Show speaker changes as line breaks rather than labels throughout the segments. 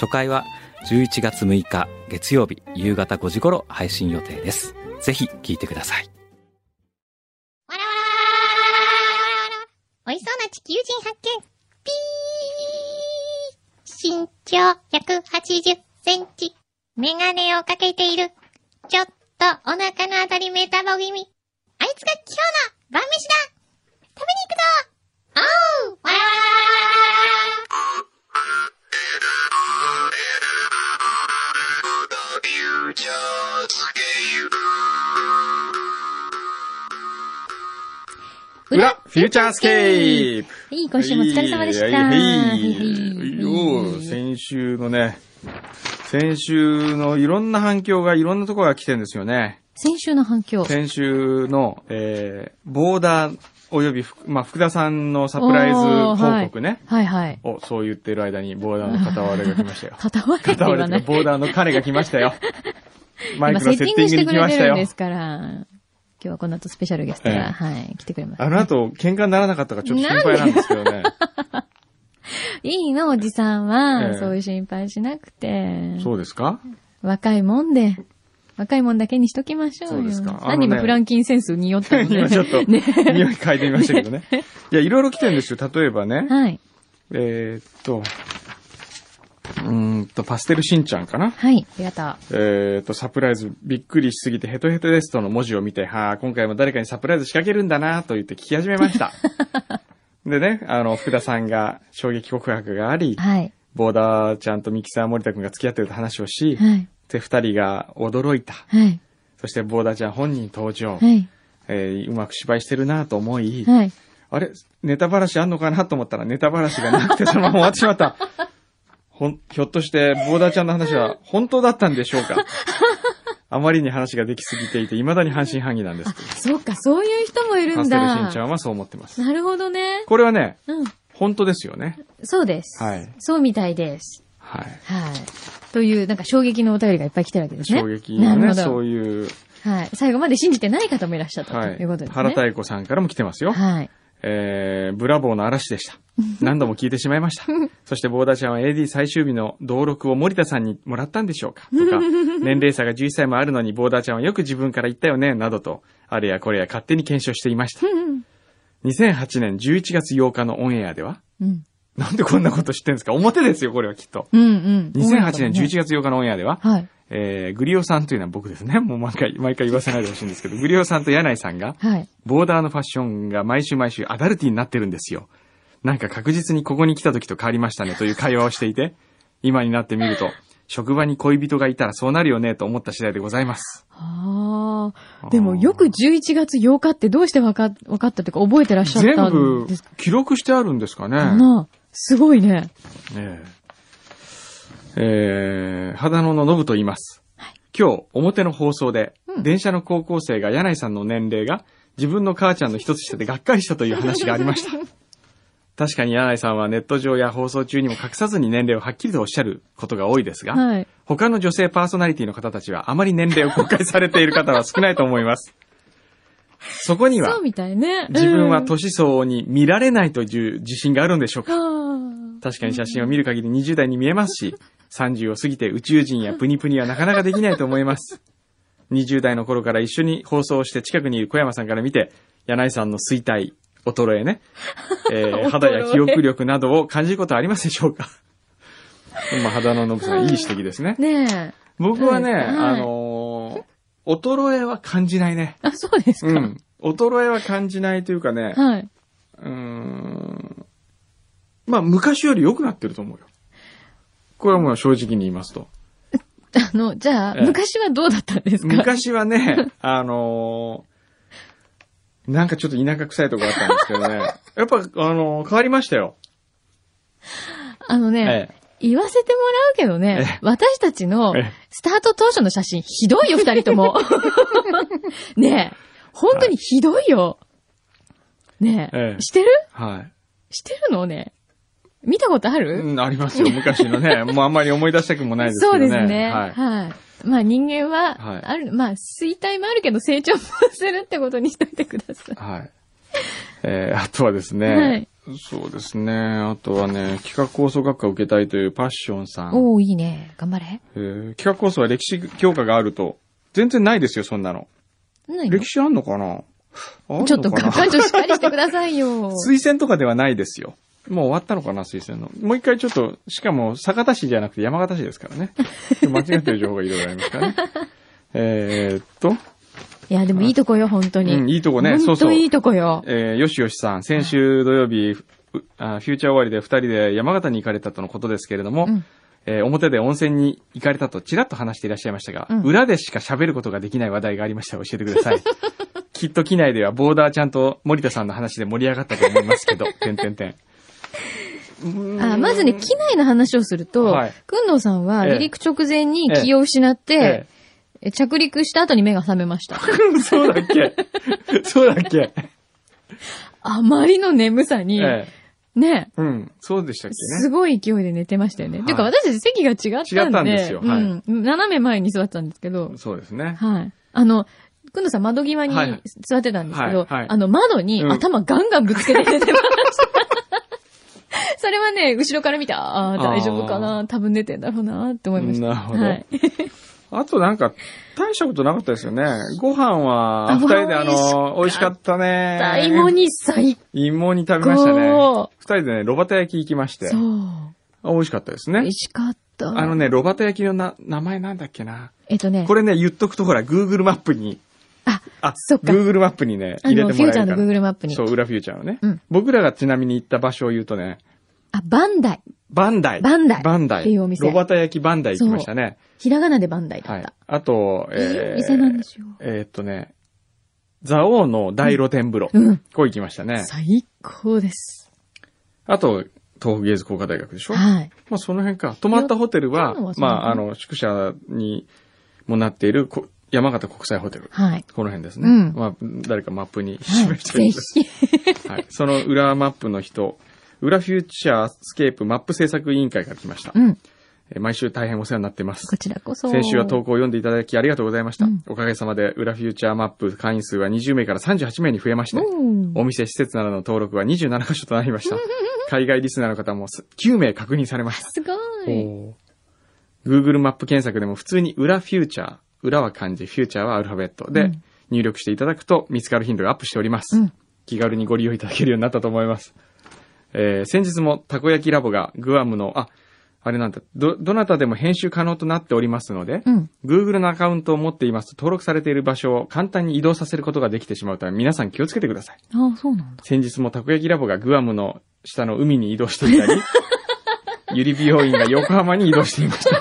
初回は11月6日月曜日夕方5時頃配信予定ですぜひ聞いてください
美味しそうな地球人発見ピー身長180センチ。メガネをかけている。ちょっとお腹のあたりメタボ気味。あいつが今日の晩飯だ食べに行くぞおうわらわらわらわらわら
裏フューチャースケープ
いい今週もお疲れ様でした。
はいは
はい
いよう先週のね、先週のいろんな反響がいろんなところが来てんですよね。
先週の反響。
先週の、えー、ボーダー及びふ、まあ、福田さんのサプライズ
お
報
ーはい
告ね。
はいはい。。
お、そう言ってる間にボーダーの片割れが来ましたよ
片割れって
片
言
割れ
わ
と
な
いう
い
か。ボーダーの彼が来ました よ。マイ
今
クの
セッ
セ
テ
ッ
ィング
ティン
し
グ
て
に
く
来
れ
ましてた
るん
よ
で。すから、今日はこの後スペシャルゲスト
ええ
が、はい、来てくれます。
あの後、喧嘩にならなかったかちょっと心配なんですけ どね。
いいの、おじさん
ええ
は、そういう心配しなくて。
そうですか
若いもんで、若いもんだけにしときましょうよ。
そうですかあのね
何今フランキンセンスによったのね。
今ちょっと、
ね。
匂い嗅いでみましたけどね。いや、いろいろ来てるんですよ。例えばね、
はい。
えーっと、うーんと、パステルしんちゃんかな。
はい、ありがとう。
えーっと、サプライズ、びっくりしすぎてヘトヘトですとの文字を見て、はあ、今回も誰かにサプライズ仕掛けるんだなと言って聞き始めま した。でね、あの、福田さんが衝撃告白があり、
はい。
ボーダーちゃんとミキサー森田くんが付き合ってると話をし、
はい。
で、二人が驚いた。
はい。
そして、ボーダーちゃん本人登
は
場。
い。
えーうまく芝居してるなと思い、
はい。
あれネタばらしあんのかなと思ったらネタばらしがなくてそのまま終わってしまった。ほん、ひょっとして、ボーダーちゃんの話は本当だったんでしょうかあまりに話ができすぎていて、未だに半信半疑なんです。
そうか、そういう人もいる
パ
ん
ステルしん
だ
ち。ゃんはそう思ってます。
なるほどね。
これはね、
うん。
本当ですよね。
そうです。
はい
そうみたいです。
はい。
はい。という、なんか衝撃のお便りがいっぱい来てるわけですね。
衝撃
な
の
る
ね、
ほど。
そういう、
はい。最後まで信じてない方もいらっしゃったと
はい
いうことですね。
原太子さんからも来てますよ。
はい。
えー、ブラボーの嵐でした。何度も聞いてしまいました。そして、ボーダーちゃんは AD 最終日の登録を森田さんにもらったんでしょうかとか、年齢差が11歳もあるのに、ボーダーちゃんはよく自分から言ったよね、などと、あれやこれや勝手に検証していました。2008年11月8日のオンエアでは、
うん。
なんでこんなこと知ってんですか表ですよ、これはきっと。
うんうん。
2008年
月。
11月8日のオンエアでは、
はい。
えー、グリオさんというのは僕ですね。もう毎回、毎回言わせないでほしいんですけど、グリオさんと柳井さんが、
はい。
ボーダーのファッションが毎週毎週アダルティになってるんですよ。なんか確実にここに来た時と変わりましたねという会話をしていて、今になってみると、職場に恋人がいたらそうなるよねと思った次第でございます。
ああ。でもよく11月8日ってどうしてわか、わかったというか覚えてらっしゃ
全
った
部
んですか
記録してあるんですかね。
なあすごいね。
えええー、肌野のノブと言います。今日、表の放送で、
うん
電車の高校生が柳井さんの年齢が自分の母ちゃんの一つ下でがっかりしたという話があ りました。確かに柳井さんはネット上や放送中にも隠さずに年齢をはっきりとおっしゃることが多いですが、
はい。
他の女性パーソナリティの方たちはあまり年齢を公開されている方は少ないと思 います。そこには
そう、みたいね。
自分は
と
年相応に見られないという自信があるんでしょうか
あ
確かに写真を見る限り20代に見えますし、30を過ぎて宇宙人やプニプニはなかなかできないと思います。20代の頃から一緒に放送して近くにいる小山さんから見て、柳井さんの衰退、衰えね、 えー肌や記憶力などを感じることはありますでし ょうかまあ、肌のノブさん、いい指摘ですね
あ。。ねえ。
僕はね、
はい
あのー衰えは感じないね。
あ、そうです
う
か。
ん。衰えは感じないというかね、
はい。
うーんまあ、昔より良くなってると思うよ。これはもう正直に言いますと。
あの、じゃあ、
ええ
昔はどうだったんですか
昔 はね、あのーなんかちょっと田舎臭いとこ あったんですけどね。やっぱ、あのー変わりましたよ。
あのね、
え
言わせてもらうけどね、私たちの
え
スタート当初の写真、ひどいよ、二人と も。ねえ、本当にひどいよ。ねえ、
ええ
してる
は
してるのね。見たことあ
い。
る、
うん、ありますよ、昔のね。もうあんまり思い出したくもないですけ
そ
ど
う
ね。
ですね。
は
はいい。。まあ人間は、
はい
ある、まあ衰退もあるけど成長もするってことにしといてください。
はい。えー、あとはですね、
はい
そうですね。あとはね、企画構想学科を受けたいというパッションさん。
おー、いいね。頑張れ。
えー企画構想は歴史教科があると。全然ないですよ、そんなの。
何
歴史あんのかなあんのかな
ちょっと学科長しっかりしてくださいよ。
推薦とかではないですよ。もう終わったのかな、推薦の。もう一回ちょっと、しかも、酒田市じゃなくて山形市ですからね。間違ってる情報がいろいろありますからね。 えーっと、
いや、でもいいとこよ、本当に。
うんいいとこねそうそう
本当いいとこよ。
えーよしよしさん、先週土曜日、ふあフューチャー終わりで二人で山形に行かれたとのことですけれども、
うん
えー表で温泉に行かれたとちらっと話していらっしゃいましたが、
うん
裏でしか喋ることができない話題がありましたら教えてくだ さい。きっと機内ではボーダーちゃんと森田さんの話で盛り上がったと思いますけ ど、てんてんてん。
あまずね、機内の話をすると、
はい
くんのさんは
ええ
離陸直前に気を失って
え、
え着陸した後に目が覚めました。
え そうだっけそうだっけ
あまりの眠さに、
ええ
ね、
うん、そうでしたっけ
す
ね。
ごい勢いで寝てましたよね。
はい
ていうか私たち席が違ったんで。
違ったんですよはい
うん。斜め前に座ってたんですけど、
そうですね。
はい。あの、くんのさん窓際に
はい
座ってたんですけど、
はいはい
あの窓に
うん
頭ガンガンぶつけて寝てました。 それはね、後ろから見て、ああ、大丈夫かな、多分寝てんだろうな、って思いました。
なるほど
はい。
あとなんか、大したことなかったです よね。ご飯は、
あ
二人であ
ご
の、美味しかったね。
大芋に最
芋に食べましたね。
高。
二人でね、ロバタ焼き行きまして
そ。う。
あ美味しかったです
美
ね
味。しかった。
あのね、ロバタ焼きのな、名前なんだっけな。
えっとね、
これね、言っとくとほら、Google マップに、
あ、
あ、
そっか
Google マップにね、
あ
入れ
の、
て
フュ
も
ー
ら
チャ
え
ーの
るから。
Google マップに。
そう、裏フューチャーのね
うん。
僕らがちなみに行った場所を言うとね、
あ、バンダイ。
バンダイ。
バンダイ
バンダイ。
っていうお店
ロバタ焼きバンダイ行きましたね。
ひらがなでバンダイだ
は
っ
い
た。。
あと、
いい
え
お
ー
店なんですよ。
えーっとね、蔵王の大露天風呂。
うんうん
こう行きましたね。
最高です。
あと、東北芸術工科大学でしょ
はい。
まあその辺か。泊まったホテル
いや
は
泊まっ、た
ま
のは
ああ
その
の、宿舎にもなっているこ山形国際ホテル。
はい。
この辺ですね。
うん
まあ誰かマップ
は
に示
い、
してる
ぜ
ん
ひ
で。す。はい。その裏マップの人、裏フューチャースケープマップ制作委員会から来ました。
うん。
えー毎週大変お世話になってます
こ。ちらこそ。
先週は投稿を読んでいただきありがとうございました。
うん
おかげさまで、裏フューチャーマップ会員数は20名から38名に増えました。
うん
お店、施設などの登録は27カ所となり ました。海外リスナーの方も9名確認されました。
すごい。
おー Google マップ検索でも普通に裏フューチャー、裏は漢字、フューチャーはアルファベット
う
で
ん
入力していただくと見つかる頻度がアップしております。
うん
気軽にご利用いただけるようになったと思います。えー先日もたこ焼きラボがグアムの、あ、あれなんだ、ど、どなたでも編集可能となっておりますので、
うん
Google のアカウントを持っていますと登録されている場所を簡単に移動させることができてしまうため皆さん気をつけてください。
あ、そうなんだ。
先日もたこ焼きラボがグアムの下の海に移動していたり、ゆり美容院が横浜に移動していました。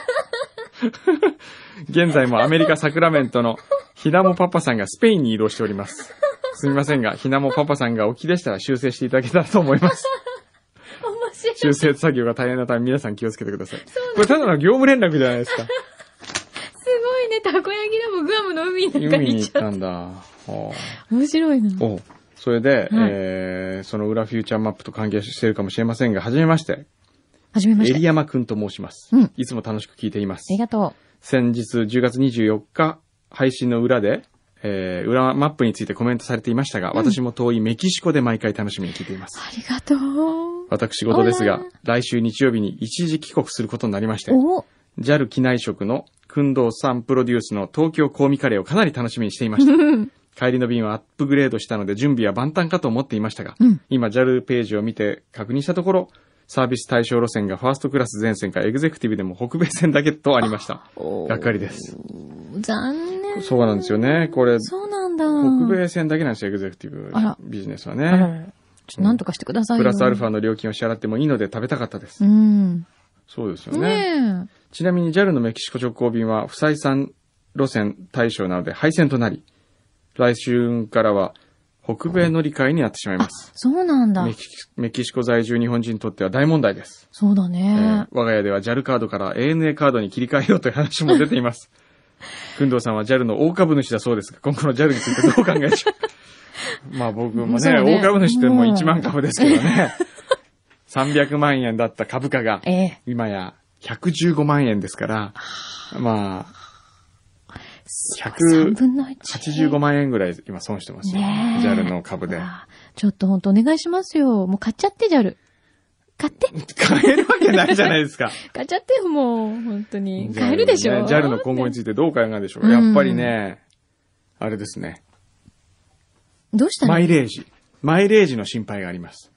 現在もアメリカ・サクラメントのひなもパパさんがスペインに移動しております。すみませんが、ひなもパパさんがお気でしたら修正していただけたらと思います。
面白い。
修正作業が大変なため皆さん気をつけてください。これただの業務連絡じゃないです
す
か。
ごいね。たこ焼きでもグアムの海の中
海に
に行っ
行っ
ちゃ
た
った
んだ。はあ
た。面白いな。
おうそれで、
はい
えーその裏フューチャーマップと関係しているかもしれませんが、はじめまして、
はじめま
エ
して。
リヤマくんと申します、
うん
いつも楽しく聞いています
あり。がと
先日10月24日配信の裏で、えー裏マップについてコメントされていましたが、私も遠いメキシコで毎回楽しみに聞いていま
う。
す。
ありがとう。
私事です
あ
が
ら、
来週日曜日に一時帰国することになりまして、
お
JAL 機内食の、くんどうさんプロデュースの東京香味カレーをかなり楽しみにしてい ました。帰りの便はアップグレードしたので準備は万端かと思っていましたが、
うん
今 JAL ページを見て確認したところ、サービス対象路線がファーストクラス全線かエグゼクティブでも北米線だけとありました。
お
がっかりです。
残念。
そうなんですよね。これ、
そうなんだ。
北米線だけなんですよ、エグゼクティブ
あら
ビジネスは
あらら
ね。
らちょっとなんとかしてくださいよ。
プラスアルファの料金を支払ってもいいので食べたかったです。
うん。
そうですよ
ねえ。
ちなみに JAL のメキシコ直行便は不採算路線対象なので廃線となり、来週からは北米乗り換えになってしまいます。
そうなんだ
メ。キメキシコ在住日本人にとっては大問題です。
そうだ
えー
ね。
我が家では JAL カードから ANA カードに切り替えようという話も出てい ます。くんどうさんは JAL の大株主だそうですが、今後の JAL についてどう考え ちゃうまあ僕も
そ
ね、
うね
大株主ってもう1万株ですけど ね。300万円だった株価が、
ええ
今や115万円ですから、まあ、
3分の1。
85万円ぐらい今損してますよ。
ねえ
JAL の株で。
あちょっとほんとお願いしますよ。もう買っちゃって、ジャル。買 って。
買えるわけないじゃないですか。
買っちゃってよ、もう。本当に。 買えるでしょ。
ね JAL の今後についてどう考えるでしょう、
うん
やっぱりね、あれですね。
どうしたの
マイレージ。マイレージの心配があります。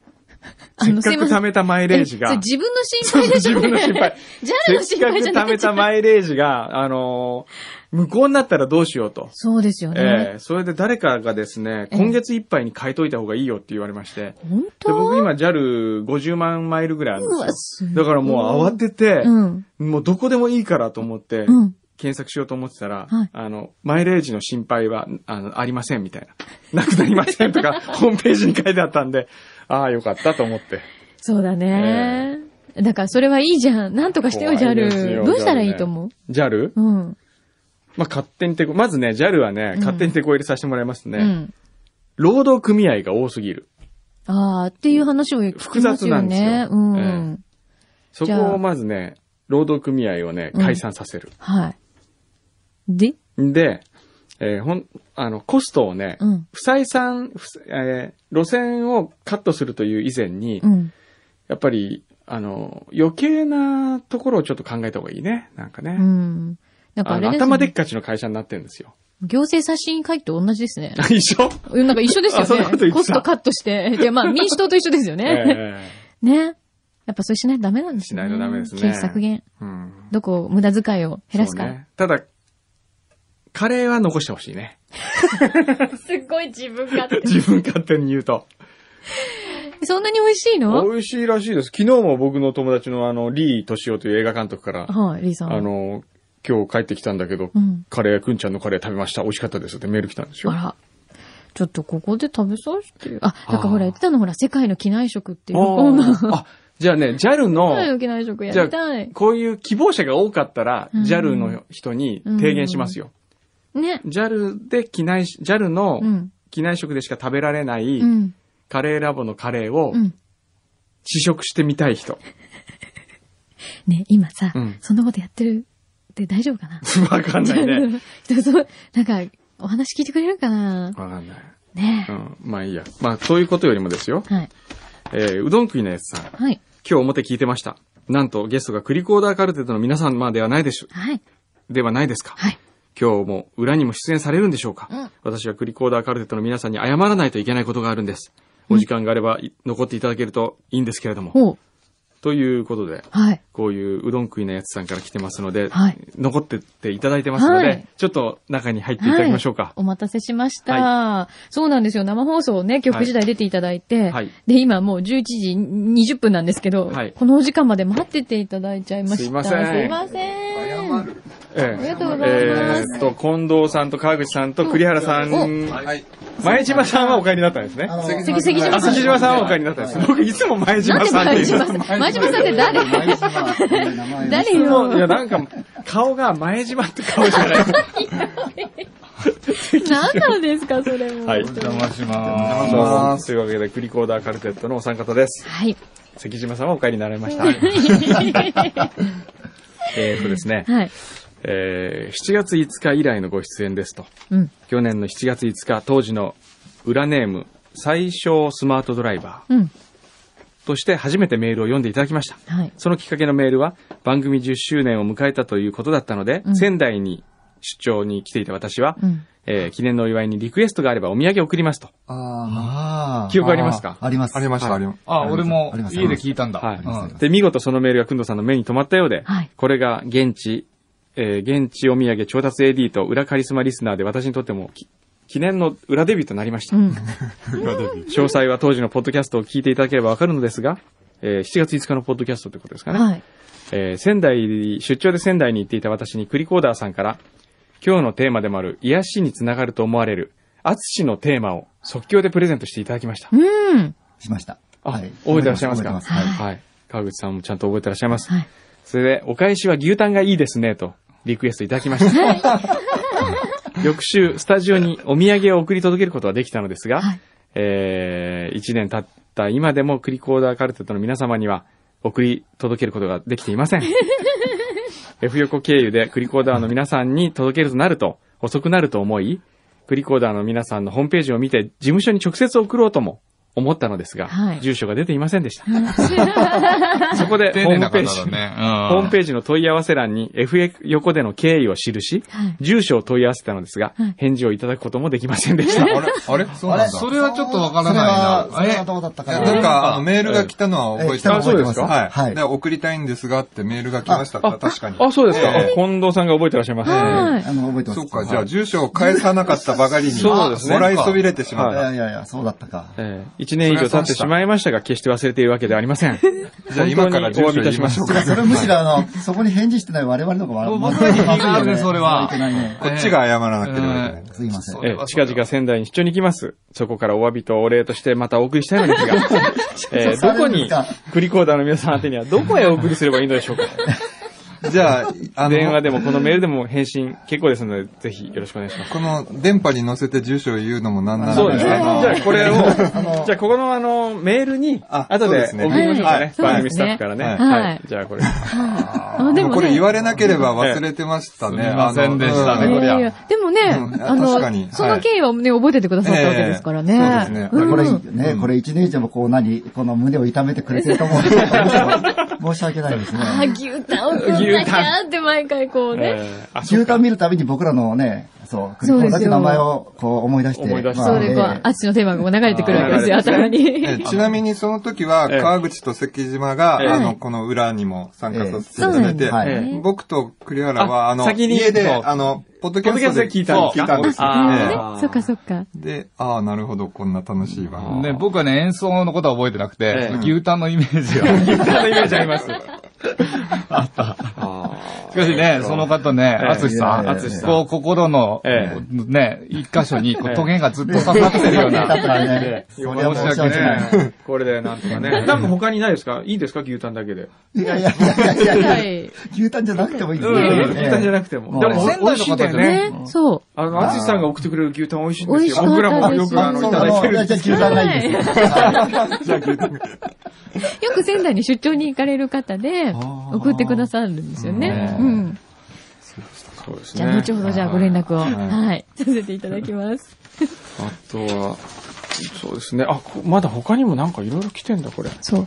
あ
せっ
の
かく貯めたマイレージ
えそ
が
れ、自分の心配でしょ、ね、
そう 自分の心配。
JAL の
せ
心
っかく
配じゃな
貯
く
め
て
た。マイレージが、あのー無効になったらどうしようと。
そうですよ
え
ね。
えそれで誰かがですね、
ええ
今月いっぱいに変えといた方がいいよって言われまして。
本
で僕
当
今 JAL50 万マイルぐらいあるん
うわ
ですす
ごい
よ。だからもう慌てて、
うん。
もうどこでもいいからと思って、
うん。
検索しようと思ってたら、
はい
あの、マイレージの心配は、あの、ありませんみたいな。 なくなりません とか、ホームページに書いてあったんで、ああ、よかったと思って。
そうだね。だからそれはいいじゃん。なんとかしてよ、
怖いですよ
JAL。どうしたらいいと思う
JAL?
うん。
まあ、勝手に手こ、まずね、JAL はね、
ん
勝手に手こ入れさせてもらいますね。
うん。
労働組合が多すぎる。
ああ、っていう話を聞きます
複雑な
よ
んです
ね
よ。
うん。
えそ
じゃ
こ
あ
をまずね、労働組合をね、
うん
解散させる。
はい。で
で、えーほん、あの、コストをね、
うん。
不採算、不えー路線をカットするという以前に、
うん。
やっぱり、あの、余計なところをちょっと考えた方がいいね。なんかね。
うん。なんか
あ
あ
の
れです
頭でっ
ね。
かちの会社になってるんです よ。
行政刷新会と同じですね。
一緒
なんか一緒です
あそんな
よ
こと言
ね。
ってた
コストカットして。で、まあ民主党と一緒ですよね。
え
ね。やっぱそれしないとダメなんですね。
しないとダメですね
経費削減。
えうん。
どこを無駄遣いを減らすか。
そうねただ、カレーは残してほしいね。
すごい自分勝
自分勝手に言うと。
手。そんなに美味しいの
美味しいらしいです。昨日も僕の友達のあの、リー・敏夫という映画監督から、
はい、リーさん。
あの、今日帰ってきたんだけど、
うん。
カレー、くんちゃんのカレー食べました。美味しかったですってメール来たんです
あ
よ。
ら。ちょっとここで食べさせてよ。あ、
あー
なんかほら言ってたのほら、世界の機内食っていうコーナー。
ああ、じゃあね、JAL
世界
の
の機内食や
じゃ
りたい。
こういう希望者が多かったら、
うん
JAL の人に提言しますよ。
ね。
JAL で機内し、JAL の
うん。、
機内食でしか食べられないう
ん。
カレーラボのカレーを
うん。
試食してみたい人。
ね、今さ、
うん
そんなことやってるって大丈夫かな
わかんない ね。
でもそうなんか、お話聞いてくれるかな
わかんない。
ね
う、ん。まあいいや。まあ、そういうことよりもですよ。
はい。
えー、うどん食いのやつさん。
はい。
今日表聞いてました。なんとゲストがクリコーダーカルテットの皆さんまではないでしょ、
はい。
ではないですか。
はい。
今日も裏にも出演されるんでしょうか、
うん
私はクリコーダーカルテットの皆さんに謝らないといけないことがあるんです。お時間があれば、い残っていただけるといいんですけれども。
ほう。
ということで、
はい。
こういううどん食いのやつさんから来てますので、
はい
残ってっていただいてますので、
はい
ちょっと中に入っていただきましょうか。
お待たせしました。そうなんですよ。生放送ね、今日9時台出ていただいて、
はい
で、今もう11時20分なんですけど、
はい
このお時間まで待ってていただいちゃいました。
すいません
すいません。
ええ
ありがとうございます
えーっと、近藤さんと川口さんと栗原さん、
はい。
前島さんはお帰りになったんですね。
関関島
あ
さん
関島さんはお帰りになったんです。僕いつも前島さんって言う
なんで前島さん前島さんって誰
前島っていう名前です
誰よ
いや、なんか、顔が前島って顔じゃない。
何なんですか、それも。
はい。
お邪魔し
どう
ま
も
す。
というわけで、クリコーダーカルテットのお三方です。
はい。
関島さんはお帰りになられました。えーとですね、
はい。
えー7月5日以来のご出演ですと。
うん。
去年の7月5日、当時の裏ネーム、最小スマートドライバ
うん。
ーとして初めてメールを読んでいただきました。
はい。
そのきっかけのメールは、番組10周年を迎えたということだったので、
うん
仙台に出張に来ていた私は、
うん。
えー記念のお祝いにリクエストがあればお土産を送りますと。
あー
記憶ありますか
あーあります。
ありました、
はい
ありまあ、俺も
あります
家で聞いたんだ。
はい
うん
で、見事そのメールがくんどさんの目に留まったようで、
はい
これが現地、えー現地お土産調達 AD と裏カリスマリスナーで私にとってもき記念の裏デビューとなりました。
うん。
詳細は当時のポッドキャストを聞いていただければわかるのですが、えー7月5日のポッドキャストということですかね。
はい。
えー仙台、出張で仙台に行っていた私にクリコーダーさんから、今日のテーマでもある癒しにつながると思われる、アツシのテーマを即興でプレゼントしていただきました。
うん。
しました。
あ、
はい
覚えてらっしゃいますか
覚えてま
はい
はい。川口さんもちゃんと覚えてらっしゃいます。
はい。
それで、お返しは牛タンがいいですね、と、リクエストいただきました。 翌週、スタジオにお土産を送り届けることはできたのですが、
はい
えー、1年経った今でもクリコーダーカルテットの皆様には、送り届けることができていません。F 横経由でクリコーダーの皆さんに届けるとなると、遅くなると思い、クリコーダーの皆さんのホームページを見て、事務所に直接送ろうとも思ったのですが、
はい
住所が出ていませんでした。 そこで、
丁
ホーム
寧な
ペ
方
ージ
だ、ね。
ホー
うん
ムページの問い合わせ欄に FA 横での経緯を記し、
はい
住所を問い合わせたのですが、
はい
返事をいただくこともできませんでした。
あれあれそう
あ
な
れ
んだ。それはちょっとわからない
そ
な。
れはそれ
え
はどうだった
い
か
や
な。
なんか、あの、メールが来たのは覚
えー
えて
来たの覚えてます
あそう
はい。
ですかはい
で送りたいんですがってメールが来ましたから、確かに。
あ、そうですか。
ええ
近藤さんが覚えてらっしゃいますね。
はい。
あの、覚えてます。
そうか、じゃあ、住所を返さなかったばかりに、
そうですね
もらいそびれてしまっ
い
た。
やいやいや、そうだったか。
えー一年以上経ってしまいましたが、決して忘れているわけではありませ ん。
じゃあ、今から住所言いましょ
本
う
当にお詫びいたしま
か。
それむしろあの、そこに返事してない我々の方が悪
僕は意味があるねそれは
まずいよね
こっちが謝らなければいけない。
すいません
そ。
え
れ
ー
はそ
近
れは
々仙台に出張に行きます。そこからお詫びとお礼としてまたお送りしたいのですが、 えーどこに、クリコーダーの皆さん宛てにはどこへお送りすればいいのでしょうか。
じゃあ、あ
電話
の、
でもこのメールでも返信結構ですので、ぜひよろしくお願いします。
この電波に乗せて住所を言うのもなんなら
そうですね。
あ
じ
の
ゃあこれを、
あの
じゃあここのあの、メールに、
あ
後
そう
で
です
送
ね
りましょうか
は
ね
い。
番組スタッフからね。
はい
はい
じゃあこれ。
あでもね。
これ言われなければ忘れてましたね。ええすみませんでしたね
い
こりゃ
やいやでもね、
うん
あ
確かに
の、その経緯をね、覚えててくださったわけですからね。
ええそうですね
これ
ん
ね、これ一年以上もこう何、この胸を痛めてくれてる と思うんですけど申し訳ないですね。
あー、牛タンを食んなきゃって毎回こうね。
えーあそ
牛
うか
タン見るたびに僕らのね、そう、クリ
そうですよ
コだけ名前をこう思い出して。
思い出して
ま
そうで、こう
え、
あっちのテーマがこう流れてくるわけですよ、
あー
頭に。
ええちなみにその時は、
ええ
川口と関島
ええ
が、あの、この裏にも参加させていた
ええそう
だいて
なんだ
はい
ええ、僕と栗原は、
あ
あの、
先に
家で、
そう
あの、ポッドキャス
ポッド
トで
キャストで聞いたんですか
ん
あ
ですよ。え
ー
え
ねそっかそっか。
で、ああ、なるほど、こんな楽しい番組。
ね
ね、
僕はね、演奏のことは覚えてなくて、
ええ
牛タンのイメージ が。
牛タンのイメージあります。
しかしね、その方ね、
ええ
あつしさん、
あ
つしさん
こう、心の、
え
ね、一箇所に、こ
ええ
う、トゲがずっと刺さってるよう
だ
な。
ったらね、それは
申し
申し
訳
訳ない。
ね。
これでなんとかね。なんか他にないですかいいですか牛タンだけで。
いやいやいやいやいや
はい
や、
い。
牛タンじゃなくてもいいです
うん
ね。
牛タンじゃなくても。
え
で
え
も
仙台の方
美味しいんだよね。
ね、そ
あの、淳さんが送ってくれる牛タン美味しいん
美
で
味し
す
か
よ。
った
僕らもよ
です
くあの、い
そう
た
な
だいてる
の
ん
じゃ
で
あ
す
牛タンがいいですね。
う。よく仙台に出張に行かれる方で、送ってくださるんですよね。うん。
そうです
じゃあ、後ほどじゃあご連絡を、
はい
はい、させていただきます。
あとは、そうですね。あ、こまだ他にもなんかいろいろ来てんだ、これ。
そう。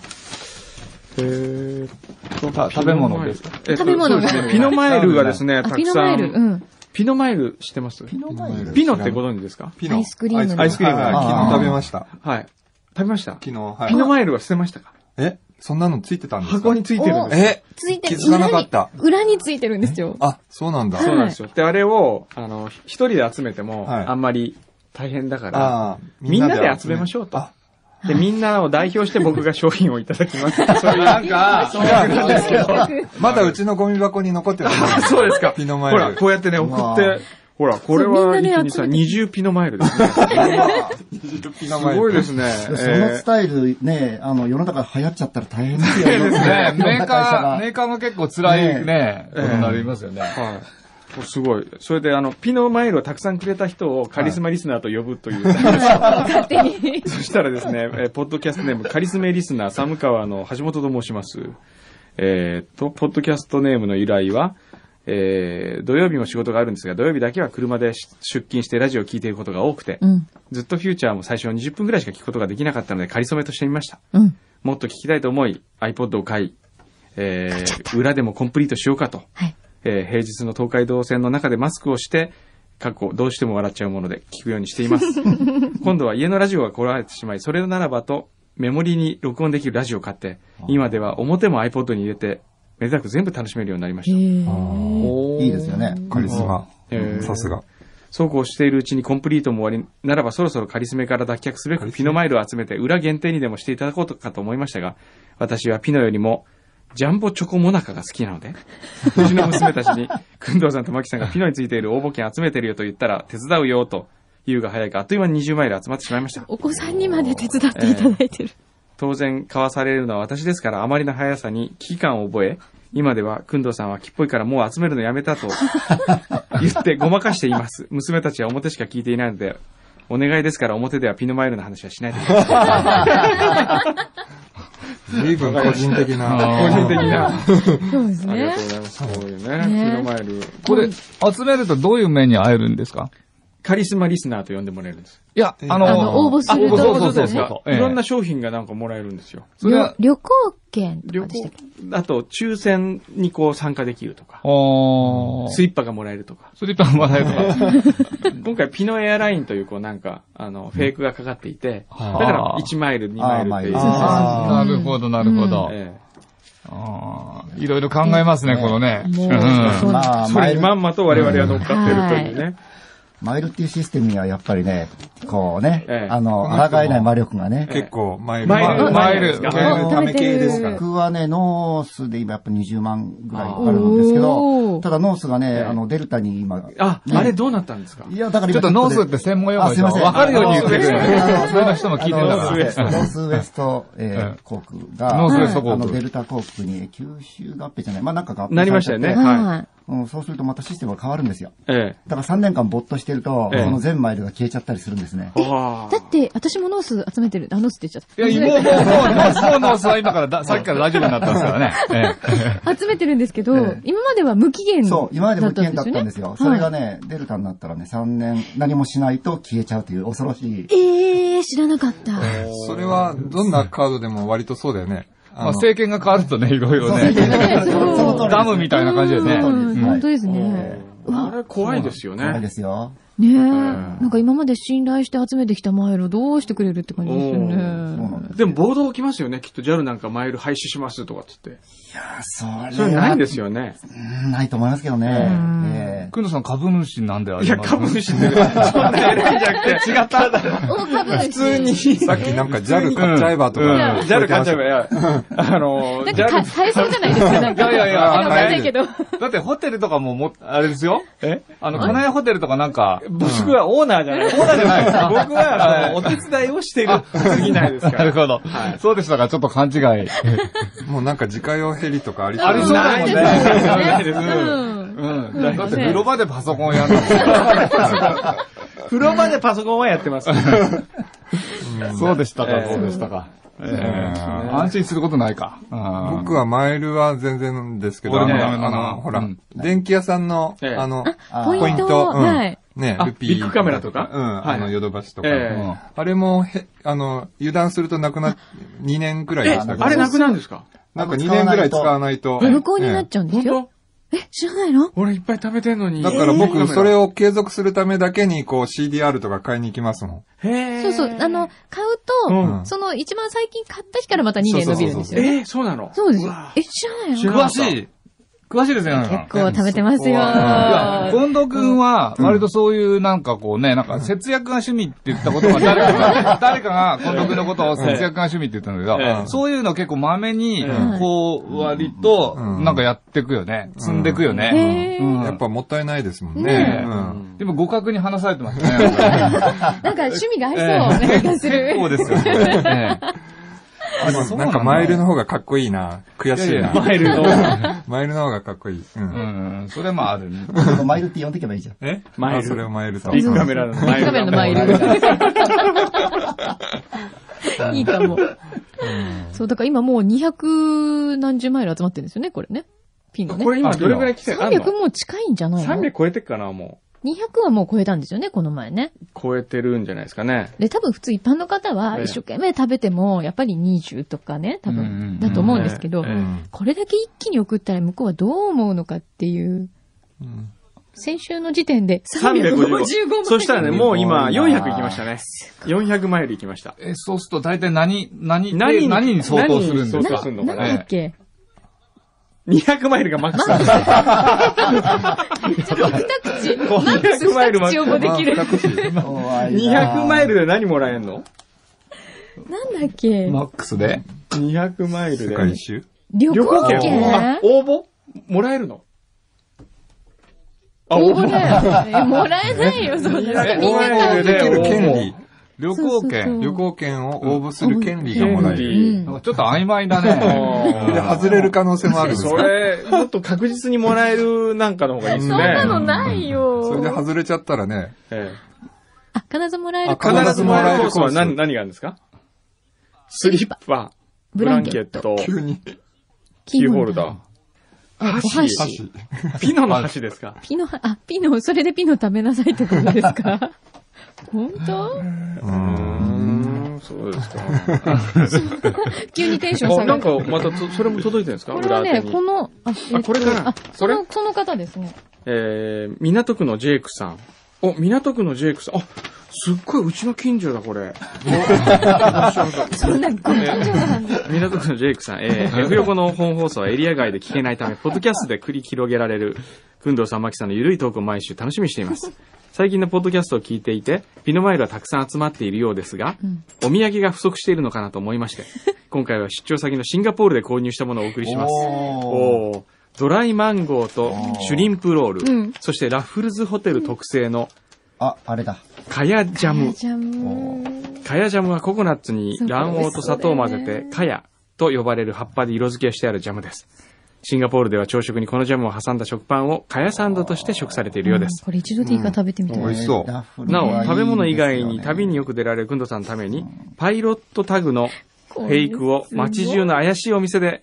えーっと、
た食べ物です
か、えっと
食べ物
そうですねピノマイルがですね、
あ、
たくさん。
ピノマイル、うん。
ピノマイル知ってますピノってご存知ですか
ピ
アイスクリームの
アイスクリーム。
あ
はい
あ
昨日食べました。
はい。食べました
昨日、はい。
ピノマイルは捨てましたか
え、そんなのついてたんですか
箱についてるんですよ。
え、
ついて
気づかなかった
裏に裏についてるんですよ。
あ、そうなんだ。
そうなんですよ。で、あれを、あの、一人で集めても、
はい
あんまり大変だから、
ああ、
みんなで集めましょうと。で、みんなを代表して僕が商品をいただきます。 そういう、なんか、そうなんですけど。
まだうちのゴミ箱に残ってま す。
そうですか。
ピノマイ
ほ
ル
ら、こうやってね、送
わ
っ
あ
て、ほら、これ
そう
は、
みんなね
一気にさ、
集め
20ピノマイルですね。
ピ
す
ノマイル
ごいですね。
そのス
えー
タイルね、あの、世の中で流行っちゃったら大変ですよ。
です
い
ね、
ろん
メ
な
ー
会社
カー、
が
メーカーも結構辛いね、
え
ことになりますよね。
はい。すごい。それで、あの、ピノマイルをたくさんくれた人をカリスマリスナーと呼ぶという。
勝手に。
そしたらですね、えーポッドキャストネーム、カリスメリスナー、寒川の橋本と申します。えーっと、ポッドキャストネームの由来は、えー土曜日も仕事があるんですが、土曜日だけは車でし出勤してラジオを聞いていることが多くて、
うん、
ずっとフューチャーも最初は20分くらいしか聞くことができなかったので、仮初めとしてみました。
うん。
もっと聞きたいと思い、iPod を買い、えー、裏でもコンプリートしようかと、
はい
えー平日の東海道線の中でマスクをして、過去、どうしても笑っちゃうもので聞くようにして います。今度は家のラジオが来られてしまい、それならばと、メモリに録音できるラジオを買って、今では表も iPod に入れて、めでたく全部楽しめるようになりま
へ
した。
ー
いいですよね。
カリスマ
えー。
さすが。
そうこうしているうちにコンプリートも終わり、ならばそろそろカリスメから脱却すべくピノマイルを集めて裏限定にでもしていただこうかと思いましたが、私はピノよりもジャンボチョコモナカが好きなので、 うちの娘たちに、くんどうさんとまきさんがピノについている応募券集めてるよと言ったら手伝うよと夕が早いか、あっという間に20マイル集まってしまいました。
お子さんにまで手伝っていただいてる。
当然、かわされるのは私ですから、あまりの速さに危機感を覚え、今では、くんどうさんはきっぽいからもう集めるのやめた と言ってごまかしています。娘たちは表しか聞いていないので、お願いですから表ではピノマイルの話はしないでください。
随分個人的な。
個人的な。
そうです
あり
ね
がとう。ございます。そういうね、
ね
ピノマイル。
これ、集めるとどういう面に会えるんですか
カリスマリスナーと呼んでもらえるんです。
いや、あ
あの、応募する
あ
と
応募、そうそうそう
なんか
ええ
いろんな商品がなんかもらえるんですよ。
それは、
旅行券と
旅
かでした
行
っけ、
あと、抽選にこう参加できるとか、
あー
スリッパがもらえるとか。
スリッパもらえるとか。
今回、ピノエアラインという、こうなんか、あの、フェイクがかかっていて、だ
はい
から1マイル、2マイルっていう。
あーマイル
あーなるほど、なるほど。
え
あーいろいろ考えますね、このね。
もう
うん
そう
ま
え
あ、
そ
マ
れ
イ
に
ル、
まんまと我々は乗っかってるというね。
マイルっていうシステムにはやっぱりね、こうね、
ええ
あの、抗えない魔力がね。
結構、マイル。
マイル、
マ
マ
イ
イ
ル
ルですか
マイル
お貯めてる。
僕はね、ノースで今やっぱ20万ぐらいかかるんですけ
おー
ど、ただノースが
え
ね、あの、デルタに今、
あ、あれどうなったんですか
いや、だから
ちょっとノースって専門用語でしょ
あすいません
わかるように言ってくれる。
あ
普通の人も聞いてんだ
あの
か
ノースウェスト
ら。
ノースウェスト、えー
うん
航空が、
ノースウェスト航空
あの、デルタ航空に吸収合併じゃない、まあなんか合併
なりましたよね。
されちゃって
は
はい。
うん、そうするとまたシステムが変わるんですよ。
い。え
だから3年間没頭してると、
ええ
その全マイルが消えちゃったりするんですね。
え。わ
だって、私もノース集めてる。あ、ノースって言っち
い
ゃ
や、もう、もう、もう、ノース、もうノースは今からだ、さっきからラジオになったんですからね。ええ
った。集めてるんですけど、
ええ
今までは無期限
そう、今までも危険だったんですよ。それが
ね。
ね、デルタになったらね、3年何もしないと消えちゃうという恐ろしい。
ええー、知らなかった。
それは、どんなカードでも割とそうだよね。あの
まあ、政権が変わるとね、いろいろね。ダムみたいな感じでね。
うん、
はい
本当ですね。
ああれ怖いですよ
怖い
ね
で。すよ。
ねえ、なんか今まで信頼して集めてきたマイルをどうしてくれるって感じですよ
お
そう
ね。
なんです。
でも、ボード起きますよね。きっと JAL なんかマイル廃止しますとかって言って。
あそれは
それないですよね。
うんないと思いますけどね。ええ
くんどさん株主なんであ
い
り
や、
ます
株主って、そんな偉いんじゃなくて、違った。
普通 に。
さっきなんか JAL 買っちゃえばとか。
うん
ジャル買っちゃえば、いや、あの、
なん
ジ
か
ャ
か
ル
買えそうじゃないですか、なんか。
いやいやいや
わかんないけど。
だってホテルとかもも、あれですよ。
え
あの、金谷ホテルとかなんか、
僕はオーナーじゃない。オーナーじゃない。僕は、あの、お手伝いをしてるすぎないですか
なる
ら。
ほど。そうでしたか、ちょっと勘違い。
もうなんか自家用ヘリとかあり
ありそうだもんね。
ないです。
うん。
うん。だって風呂場でパソコンやるの
風呂場でパソコンはやってます。
そうでした
え
か、
え
そうでしたか。ええ安心することないか。うん
僕はマイルは全然なんですけど、あ
俺も
の
ダメだな
あの、ほら
うん、
電気屋さんの、
ええ
あの、
あ
ポイント
うん
はい。
ね
あ、
ルピー。
ビッグカメラとか
うん、
はい
あの、ヨドバシとか。
ええ
うんあれも、へ、あの、油断するとなくな、2年くらい
え、
でしたけど。
あれなくなるんですか
なんか2年くらい使わないと。
無効になっちゃうんで
本
すよ。
当
え、知らないの
俺いっぱい食べてんのに。
だから僕、それ。を継続するためだけに、こう、CDR とか買いに行きますもん。
へえ。
そうそう。あの、買う
う
と、
ん
その一番最近買った日からまた2年伸びるんですよね。
えー、そうなの
そうですよ
わ。
え、知らない
知ら
の
なかっ
詳したい。詳しいですね。なんか
結構食べてますよ。
いや、近藤くんは、割とそういう、なんかこうね、なんか節約が趣味って言ったことが誰かが、誰かが近藤くんの ことを節約が趣味って言ったんだけ
え
ど、
え
そういうの結構まめに
え、
こう、割と、
うん
なんかやってくよね。積んでくよね。
へ
う
ー
ん
やっぱもったいないですもん
ね
ね。
え
うん
でも互角に話されてます ね。
なんか趣味が合いそう
ええ
な気がする。
そうですよね。ええ
でもなんかマイルの方がかっこいいな。悔しい
いやいや
な。
マイルの。
マイルの方がかっこいい。う。
うんん、それもあるね。
今度マイルって呼んでけばいいじゃん。
え
マイル
あそれをマイルと。
ビッグカメラのマイル。
カメラのマイル。いいかも。そう、だから今もう200何十マイル集まってるんですよね、これね。ピンがね。
これ今どれぐらい来てるあんの
?300 もう近いんじゃないの
?300 超えてっかな、も
?200 はもう超えたんですよね、この前ね
う。。超えてるんじゃないですかね。
で、多分普通一般の方は
ええ
一生懸命食べても、やっぱり20とかね、多
うんうんうん
分、だと思うんですけど
え、
うん
これだけ一気に送ったら向こうはどう思うのかっていう。先週の時点で355万。
そしたらね、もう今、400行きましたね。400マイル行きました。
え、そうすると大体何、何、
何に
何に相当するん
何
で
に
す
相当
か
するの
な
か
ん
な
だっけ
200マイルがマックスだ。
ちょっと二口、マックス
マイル
二
ま
口
で
応募できる。
まあ二口
怖いな
200マイルで何もらえんの
なんだっけ
マックスで
?200 マイル
世
で。
界一周
旅行券
あ応募もらえるの
応募ね、えもらえないよ、そんな。
え
みんな
応
買
募
う
で
できる権
応募
利。旅行
そうそうそう
券、旅行券を応募する権利がもらえ
権
る。
うん
なんかちょっと曖昧 だね。
あ
で、
ー
外れる可能性もあるんです
そ
か
れ、もっと確実にもらえるなんかの方がいいです
そ
ね。
んなのないよ。
それで外れちゃったらね、
え
あ、必ずもらえる
あ
え必ずもらえるコースは
必ずもらえるコー
何、
ス
何があるんですかスリッパ、ブランケッ、ト、
急に
キ
キーホルダー。
あお箸。
箸
箸。
ピノの箸ですか
ピノ、あ、ピノ、それでピノ食べなさいってことですか本当
うん、そうです か。
急にテンション
あ、
下
な
が
ん
る。
か、またと、それも届いてるんですか
これは
裏
ね、
宛て
こ
に。
の、あ、えっと
これかな
あ、
そ
そ
れ
の、その方ですね。
えー、港区のジェイクさん。お、港区のジェイクさん。あ、すっごい、うちの近所だ、これ。
そんなご近所なんだ。
港区のジェイクさん、えー、F 横の本放送はエリア外で聞けないため、ポッドキャストで繰り広げられる、くんどうさん、まきさんのゆるいトークを毎週楽しみにしています。最近のポッドキャストを聞いていて、ピノマイルはたくさん集まっているようですが、
うん
お土産が不足しているのかなと思いまして、今回は出張先のシンガポールで購入したものをお送りします。
おー。
おードライマンゴーとシュリンプロール、
うん
そしてラッフルズホテル特製の
あ、あれだ。
カヤジャム。
じゃん。
カヤジャムはココナッツに卵黄と砂糖を混ぜて、カヤと呼ばれる葉っぱで色付けをしてあるジャムです。シンガポールでは朝食にこのジャムを挟んだ食パンをカヤサンドとして食されているようです。
これ一度でいいから食べてみたい。
美味しそう
えー。ラフル
なお、
はいいですよね
食べ物以外に旅によく出られるくんどさんのために、パイロットタグのフェイクを街中の怪しいお店で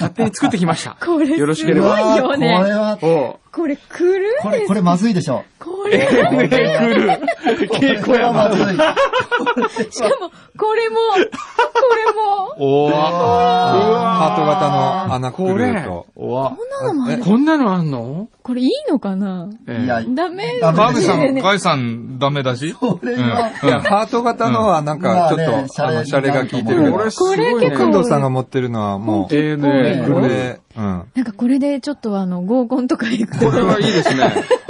勝手に作ってきました。
これすごい
よろしければ。
いよね
うわーこれは、
おう
これ来る
こ
んで
れ、
す
これまずいでしょ。
これ、
ね来る。稽
こ
古
れ
や
は
な
まずい。
しかも、これも、これも、
おわ
ハート型の穴クルーと。
おわ
こんなのあんの
これいいのかない
や、
ダメ
ダメ
ガ
で
イ
す
さ
よ
ん、ガイさんダメだし
これは、
いや、ハート型のはなんか、ちょっと、
まあね
あの、シャレが効いてるけ
うん
ど。
これ
これ結
工
構
藤さんが持ってるのはもう、
ええ
ね
こ
ね。
れ、うん。
なんかこれでちょっとあの、合コンとか行く、
ことれはいいですね。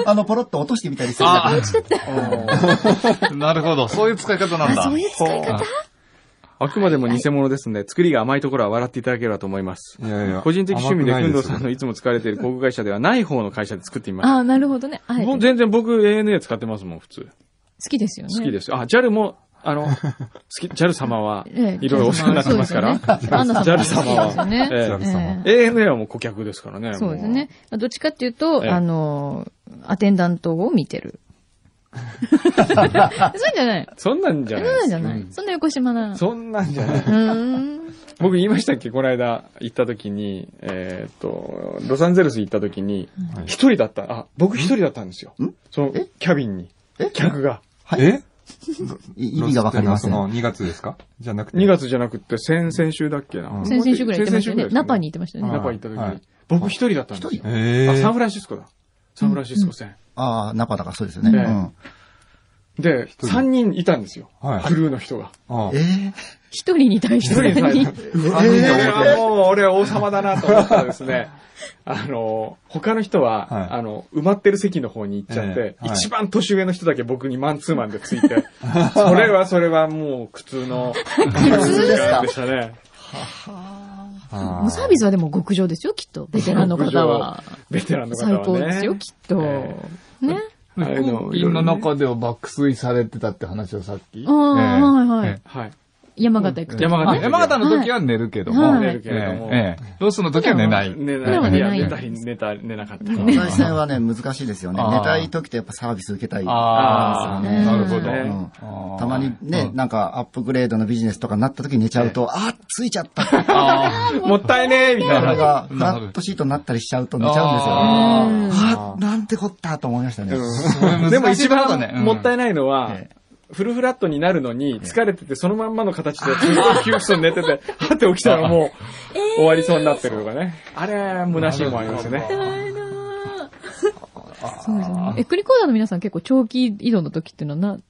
あの、ポロッと落としてみたりするんだ
あなるほど。そういう使い方なんだ。
そういう使い方
あくまでも偽物ですので、作りが甘いところは笑っていただければと思います。
いやいや。
個人的趣味で、
甘
くどう
くなんいです
さんのいつも使われている航空会社ではない方の会社で作ってみまし
ああ、なるほどね。あ
た。
え
もう
て
全然僕 ANA 使ってますもん、普通。
好きですよね。
好きです。あ、JAL も、あの、好き、JAL 様は、
ええ
いろいろお世話になってますから。
そうですよねアンナさんも
JAL 様
そうですよね
は。
JAL 様
ええ
ANA はもう顧客ですからね。
そうですね。どっちかっていうと、
ええ
あの、アテンダントを見て る。そうじゃない
も。う。そんなんじゃ
そ
な
う
いです
じゃない。そんな横島な。う
そんなんじゃない。
ーん。
僕言いましたっけこの間行った時に、えーっと、ロサンゼルス行った時に、一人だった、あ、僕一人だったんですよ。その、キャビンに
え、
客が。
え
い意味がわかりません。
ロスっていうのはその2月ですかじゃなくて。
2月じゃなくって、先々週だっけな。
うん
先々週ぐらい行ってましたよね。
先々週ぐらいですね
ナパに行ってましたよ
ナ
ね。
パ行った時に、
はい
僕一人だったんですよ。
え
あ、サン
ー
フランシスコだ。サンフランシスコ線。
ああ、中だからそうですよね。
ええ
うん
で、3人いたんですよ。
はい
クルーの人が。
あ
え
一人に対して
一人
三
に
人
さ、えーもう俺は王様だなと思ったらですね、 あの、他の人は、
はい
あの、埋まってる席の方に行っちゃって
え、えはい
一番年上の人だけ僕にマンツーマンでついて、それはそれはもう苦痛の、苦
痛ですか
でしたね。
あ
も うサービスはでも極上ですよ、きっと。ベテランの方は。
ベテランの方は
最高
ね。
ですよ、きっと。
え
ね。
ああいう
飛
の
行機の中では爆睡されてたって話をさっき。
ああ、はいは
え
い
え。
はい。
山形行くと。
山形
あ山形の時は寝るけども。
はい
寝るけれども。
ええええロスの時は寝ない。
寝
普段
な。
はい
い
寝
や、
ない
寝たり、寝たり、寝なかったり。
え。対戦はね、難しいですよね。
あー
寝たい時ってやっぱサービス受けたい。
ああ、
そうです
な
よ
る
ねう
ほど。
んたまにね、なんかアップグレードのビジネスとかになった時に寝ちゃうと、あーついちゃった。こ
あ
もったいねえみたい
れ
な。
がフラットシートになったりしちゃうと寝ちゃうんですよね。
あ
あーなんてこったと思いましたね。
ー
でも
難し
一
いとこだね
番もったいないのは
え、
フルフラットになるのに、疲れてて、そのまんまの形で、ずっと窮屈に寝てて、 はって起きたらもう、終わりそうになってるとかね。あれ、虚しいもんありますよね。
そうですね。え、クリコーダーの皆さん結構長期移動の時っていうのはな、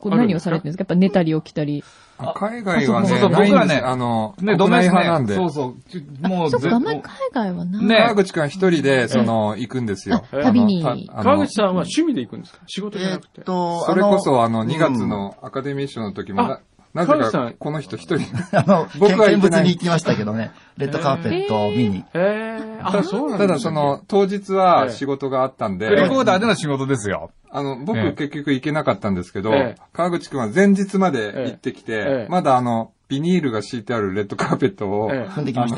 こう
あるん
何
で
を
すか
されてるんですかやっぱ寝たり起きたり。
あ海外はね、
そうそう
ないん
僕ら
で
ね
すあの、
ね、
国
ドメ
内
ス
派なん
ね。
で。
そうそう。もう
そっ
ぜ
か、あんまり海外はな。
ね
川口くんは一人で、その、行くんですよ。
あ旅に
あのたあの
川口さんは趣味で行くんですか仕事じゃ
え
な
ー
くて
っ。と、
それこそ、あ
う
の、
ん
2月のアカデミー賞の時も
あ
な、なぜ
カウさ
か
ん、
この人一人。
あの、
僕
見
は行って
物
ない
に行きましたけどね。レッドカーペットを見に。
ええあ、そうなん
ただその、当日は仕事があったんで、
レコーダーでの仕事ですよ。
あの、
ええ
僕結局行けなかったんですけど、
ええ
川口くんは前日まで行ってきて、
ええ
まだあの、ビニールが敷いてあるレッドカーペットを、
ええ
踏んできまし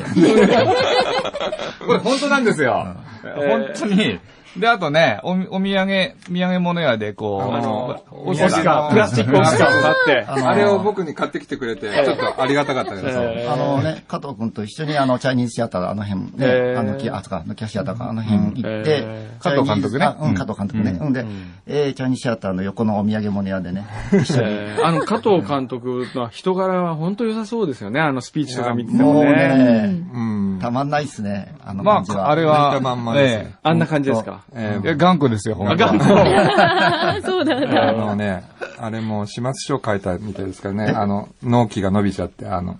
たよ。
これ本当なんですよ。本当に。で、あとね、お、お土産、土産物屋でこう、
あ
あ
の
の、
お
オ
寿
ス
司
カ
が
ー、プラスチックオスカーを買って。
の
あれを僕に買ってきてくれて、ちょっとありがたかったです。
ええ
あのね、加藤君と一緒にあの、チャイニーズシアター、あの辺ね、
えー
あの、キあ、そうか、キャシアターか、あの辺行って、
え
チャイニーズ
加藤監督ね
あう、
うんん
加藤監督ね。うんで、えーチャイニーズシアターの横のお土産物屋でね、一緒に。
ええあの、加藤監督の人柄は本当良さそうですよね。あのスピーチとか見てて
も
も
う
ね。
ね、
うん。
たまんないっすね、あの
ま
感じは。
あ、あれ
見
は
たまん、まです
え
ね
あんな感じですか。
え
え、い
え
や頑固ですよ、本当
あ、頑
に
固。
そうなんだ。
あのね、あれも始末書を書いたみたいですからね、あの、納期が伸びちゃって、あの、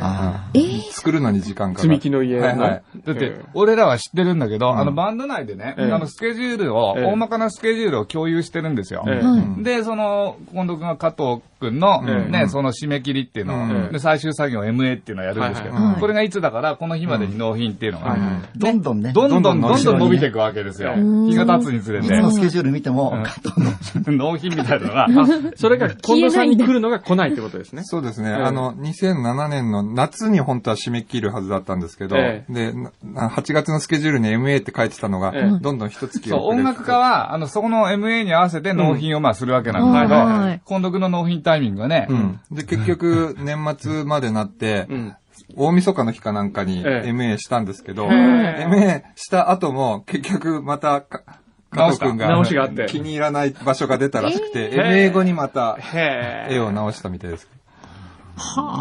あ
えー
作るのに時間かか
積
る。
み木の家の。
はいはい
だっ
え
て
え、
俺らは知ってるんだけど、あの、バンド内でね、
ええ
あの、スケジュールを、
ええ
大まかなスケジュールを共有してるんですよ。
ええ
はい
で、その、近藤くんが加藤くんの、
ええ
ね、その締め切りっていうのを、
ええ
で最終作業 MA っていうのをやるんですけど、
はい
はいはい
これがいつだから、この日までに納品っていうのが、
はいはい
ーどんどんね、
どんどん
どんどん
どんどん伸びていくわけですよ。
ん
日が経つにつれ
い
て
つ、のスケジュール見ても、
納品みたいなのが、
あ、それが近藤さんに来るのが来ないってこと ですね。
そうですね。
ええ
あの、2007年の夏に本当は締め切るはずだったんですけど、
え
で、な8月のスケジュールに MA って書いてたのが、
ええ
どんどん一月
そう、
遅れ
音
て
楽家は、あの、そこの MA に合わせて納品をまあするわけなんだけど、
うんはい
近藤くんの納品タイミングがね、
うん。で、結局、年末までなって、
うん。
大晦日の日かなんかに
ええ
MA したんですけど、
ええ
MA した後も、結局またか、加藤くんが
直しがあって
気に入らない場所が出たらしくて、
え
MA 後にまた
へ
絵を直したみたいです。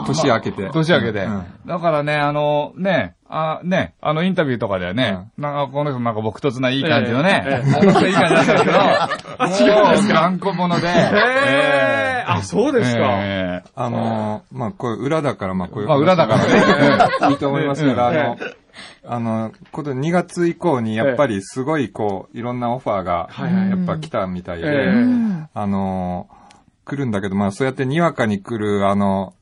年明けて。
年明けで、
うん
だからね、あの、ね、あ、ね、あの、インタビューとかではね、なんか、この人なんか僕とつないい感じのね、
え
この人いい感じだったけど、もう、頑固者で、
え。へえ。あ、そうですか。
ええ
あのーまあ、これ裏だから、まあ、こういう。
まあ裏 だから
ね。いいと思いますから、あの
え、
あの、こと2月以降に、やっぱりすごい、こう、いろんなオファーが、
はい
やっぱ来たみたい
え
で、
え。
あのー来るんだけど、まあ、そうやってにわかに来る、あの、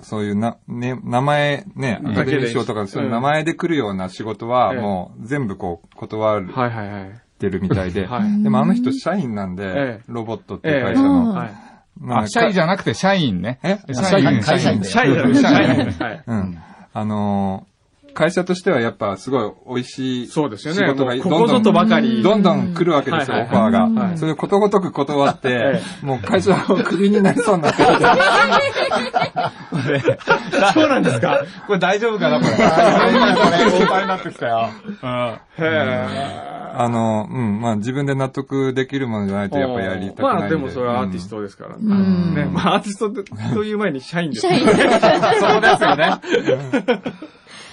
そういうな、ね、名前、ね、アカデミー賞とか、そういう名前で来るような仕事は、
ええ
もう、全部こう、断る
はいはいはい。
ってるみたいで、
はい
でもあの人社員なん
え
で
え、
ロボットっていう会社の。
はい。
な
あ、
んで
社員じゃなくて社員ね。
え
社員、
会社員
社
で
社員じゃない社員。はい。
うん。あのー会社としてはやっぱすごい美味しい仕
そう
事
ですよね。も
が
う
ど
こ
んど
こ
ん
ぞとばかり。
どんどん来るわけですよ、
うん
オファーが。
はい
それをことごとく断って、
え
もう会社をクビになりそうになってる。
そうなんですかこれ大丈夫かなこれ。心配になってきたよ。うん。
あのー、うん、まあ自分で納得できるものじゃないとやっぱやりたくないんで。
まあでもそれはアーティス
ト。
トですから。
ん
ね。まあアーティストってという前に社員です
社員。
そうですよね。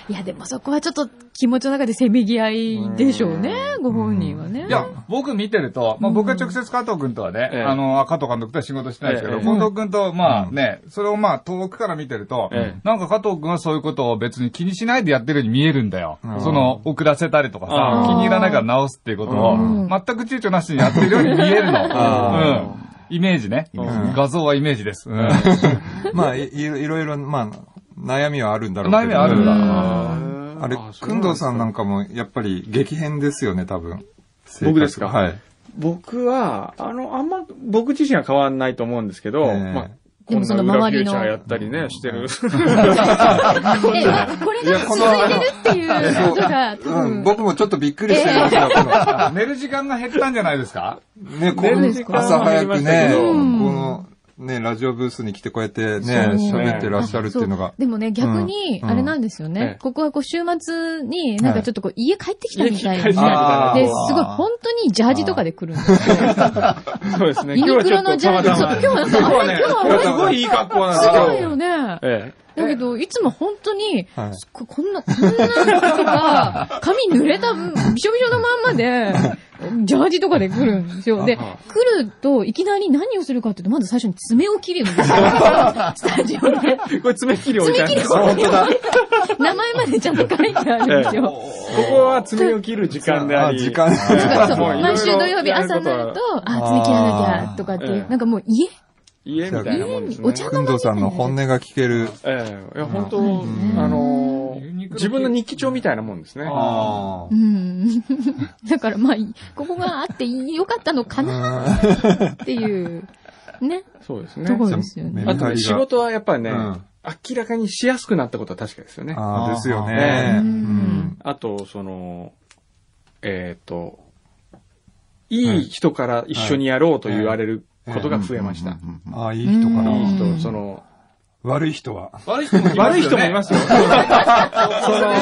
いや、でもそこはちょっと気持ちの中でせめぎ合いでしょうね、ご本人はね。
いや、僕見てると、まあ、僕は直接加藤くんとはね、
ええ
あの、加藤監督とは仕事してないですけど、
ええ
近藤くんと、まあね、それをまあ遠くから見てると、
ええ
なんか加藤くんはそういうことを別に気にしないでやってるように見えるんだよ。
うん
その、遅らせたりとか
あ
さ
あ、
気に入らないから直すっていうことを、
うん
全く躊躇なしにやってるように見えるの。
あ
うん。イメージね。
ん
画像はイメージです。うん
まあいいいろいろ、まあ、悩みはあるんだろうけど。
悩みはあるんだ
あれ、くんどうさんなんかもやっぱり激変ですよね、多分。
僕ですか
生活はい。
僕は、あの、あんま、僕自身は変わんないと思うんですけど、
ええ
まあ、
で
こ
も
ん
その
な裏
周
フュ
り
ー
の
チャーやったりね、してる。
え、まあこれが続いてるっていうことが、多
う
分
ん、。僕もちょっとびっくりしてますよ、この。
寝る時間が減ったんじゃないですか
ね、こ
寝
の
る時間
朝 早くね、
う
こ
ん
の、ね、ラジオブースに来てこうやってね、
そう
喋ってらっしゃるっていうの
あそ
が。
でもね、逆に、
うん
あれなんですよね。
うんええ
ここはこう、週末に、なんかちょっとこう、家帰ってきたみたい
家帰ってきたみ
な。
あ
で、
ー
すごい、本当にジャージとかで来るんですよ。
そうですね。
ユニクロのジャージ。
た
そう、
ま
今日はなんか、あれ今日は
たま、すごいいい格好なんです
す
けど
ごいよね。
え
だけど、いつも本当に、
はい
すここんな、こんなのとか、髪濡れた、びしょびしょのまんまで、ジャージとかで来るんですよ。で、来ると、いきなり何をするかっていうと、まず最初に爪を切るんですよ。スタジオで。
え。これ爪切り置い
爪
てあ
切
るん
り
ですよ。
本当だ。名前までちゃんと書いてあるんですよ。
ここは爪を切る時間であ
あ、
り。
時間。
そう
もういろいろ
毎週土曜日朝になると、あ、爪切らなきゃ、とかってい
え
う、
え
なんかもう家
家みたいなもんですね。
お茶
くんどさんの本音が聞ける。
ええいや、本当、あのー自分の日記帳みたいなもんですね。
あ
う。ん。 だからまあ、ここがあってよかったのかなっていう、ね、
そうです
と
ね
こ。ろですよね。
あとね、仕事はやっぱりね、
うん
明らかにしやすくなったことは確かですよね。あ
ああ、ですよ
ね
ね。
う
うんん。
と、その、えっ、と、いい人から一緒にやろうと言われることが増えました。
ああ、いい人か
うん
いい
な。
人、その、
悪い人は。
悪い人もいますよね。
悪い人もい ますよ。その、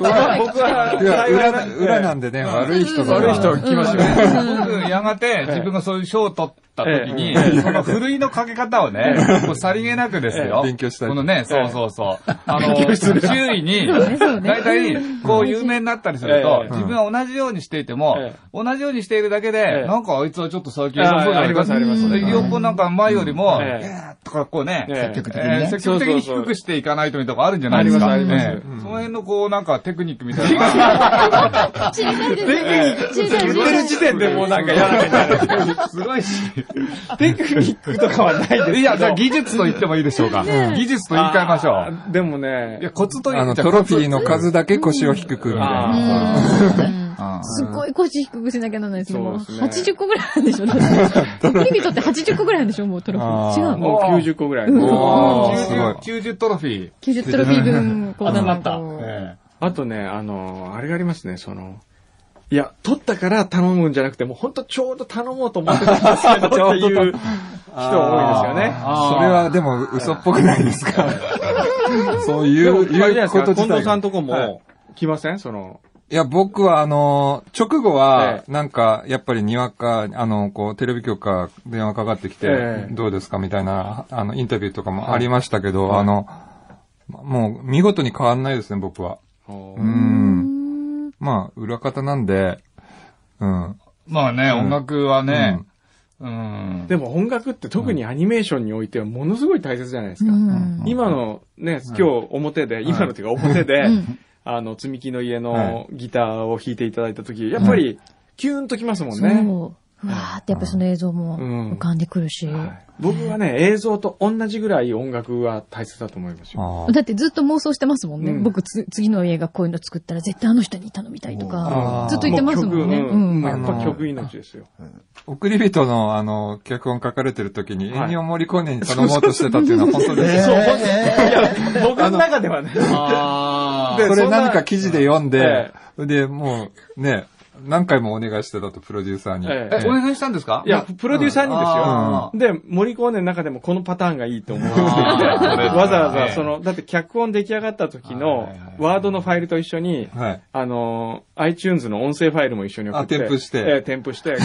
僕は、僕はい
や、
幸い
裏
な
な、
くて、
裏なんでね、悪い人が。
悪い人が来ますよね。
僕、やがて自分がそういう賞を取った時に、このふるいのかけ方をね、こうさりげなくですよ。
ええ勉強したい
このね、そうそうそう。あの、周囲に、
そうね
大体、こう有名になったりすると
え、え
自分は同じようにしていても
ええ、
同じようにしているだけ
え
で、
え
なんかあいつはちょっと最近良さそうだ
あありますあります
な両方なんか前よりも、
ええ
えーとかこうね、
ええ
積極的に
えー
ね。
積極的に
そうそうそう
低くしていかないとみたいなとこあるんじゃないですか。
ありますあり
え
ます
えその辺のこうなんかテクニックみたいな。
中断
言ってる時点でもうなんか嫌な目になる。
すごいし。
テクニックとかはないですけど。
いや、じゃあ技術と言ってもいいでしょうか。技術と言い換えましょう。
う。でもね
いや、、コツと言
あ
っ
の、
ちゃ
トロフィーの数だけ腰を低くみたい
あ
な。
あ
すっごい腰低くしなきゃならないですね。もう
そうです
80個ぐらいあるんでしょだってフリビトって80個ぐらいあるんでしょもうトロフィ
あ
ー。違
ー
う。
もう90個ぐらい。
うん
おーすごい
90 90トロフィー。
90トロフィー分、こう、
集ま
なん
った
かこ。う
え
あとね、あの、あれがありますね、その、いや、取ったから頼むんじゃなくて、もうほんとちょうど頼もうと思ってたんですけど、っていう人多いですよね。
それはでも嘘っぽくないですかそう
で
い
も
う、
まあいいじ
い
ゃないで
う
すか
こと
近
自体
藤さん
が。
とこ
は
も来ませんその、
いや、僕はあの、直後
え
は、なんか、やっぱりにわか、あの、こう、テレビ局から電話かかってき
え
て、
え
どうですかみたいな、あの、インタビューとかもありましたけど、あの、もう、見事に変わんないですね、僕は。う
うん
ん。まあ、裏方なんで、うん。
えまあね、音楽はね、うん。
でも音楽って特にアニメーションにおいてはものすごい大切じゃないですか。
うん。
今のね、今日表で、今のっていうか表で
ん、
あの、積み木の家
は
のギターを弾いていただいたとき、やっぱり、キューンときますもん
そ
ね。
う。うわーってやっぱその映像も
うん
浮かんでくるし。
はい僕はね、映像と同じぐらい音楽は大切だと思いますよ。
あ
だってずっと妄想してますもんね。
うん
僕つ、次の映画こういうの作ったら絶対あの人に頼みたいとか
あ、ー
ずっと言ってますもんね。う
う曲うん
ん。
やっぱ曲命ですよ。
送り人の、あの、脚本書かれてる時に、
はい
エニオ・モリコーネに頼もうとしてたっていうのは本当です よ。
僕の中ではね。
あ
で
で
そ
そ
れ
んな
何か記事で読んで
え、
で、もう、ね、何回もお願いしてたと、プロデューサーに。
え
ーえ、お願いしたんですか
いや、プロデューサーに
あ
ですよ。で、森コーネの中でもこのパターンがいいと思う。
あーこれ
わざわざ、そ
ね
の、だって脚本出来上がった時
はい
の
はいはい
ワードのファイルと一緒に、
はい。
あのー、iTunes の音声ファイルも一緒に送って。
あ添付して
ええ添付して。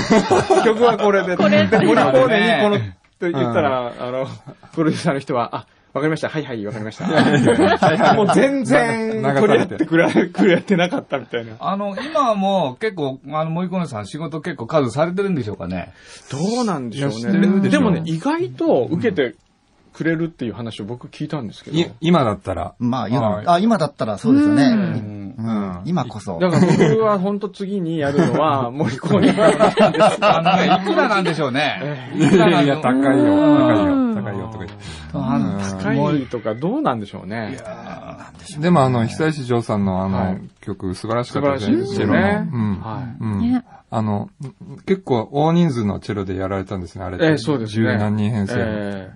曲は これで。で、森コーネにこの、と言ったら、あの、プロデューサーの人は、あ、わかりました。はいはい、わかりました。もう全然
な
取り合ってくれ、くれてなかったみたいな。
あの、今はもう結構、あの、森子さん仕事結構数されてるんでしょうかね。
どうなんでしょう
いや知ってる
ね。
でしょ
でもね、意外と受けてくれるっていう話を僕聞いたんですけど。
い今だったら。
まあ、
は
今
い
あ今だったらそうですよね。うん
ん
今こそ。
だから僕は本当次にやるの は森コーネ。
あのね、いくらなんでしょうね。
いやいや、高いよ、高い
うん
よ、高いよ、とか言って。
あの
高いとかどうなんでしょうね。
でも、あの、久石譲さんのあ
は
の
い、
曲、素晴らしか
素
っ
晴
た
らしいですよ
チェ
ね
ロ。のうん。
はい。
うん
ね。
あの、結構大人数のチェロでやられたんですね、あれって。
ええそうですね。
十何人編成。
え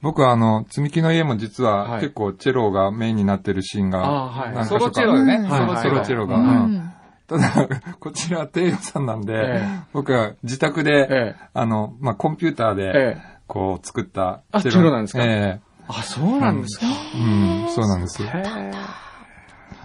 僕はあの、積み木の家も実
は
はい結構チェロがメインになってるシーンが。
あーはい
何箇所
ソ
か
ロチェロよね。
はい
ソロチェロが。
は
う
い
うんん
ただ、 こちらは低予算なんで、
え
僕は自宅
え
で、
え
あの、まあ、コンピューターで、
ええ
こう作った
あチェロなんですか
え
あ、そうなんですか。
えうん、そうなんですよ。
へー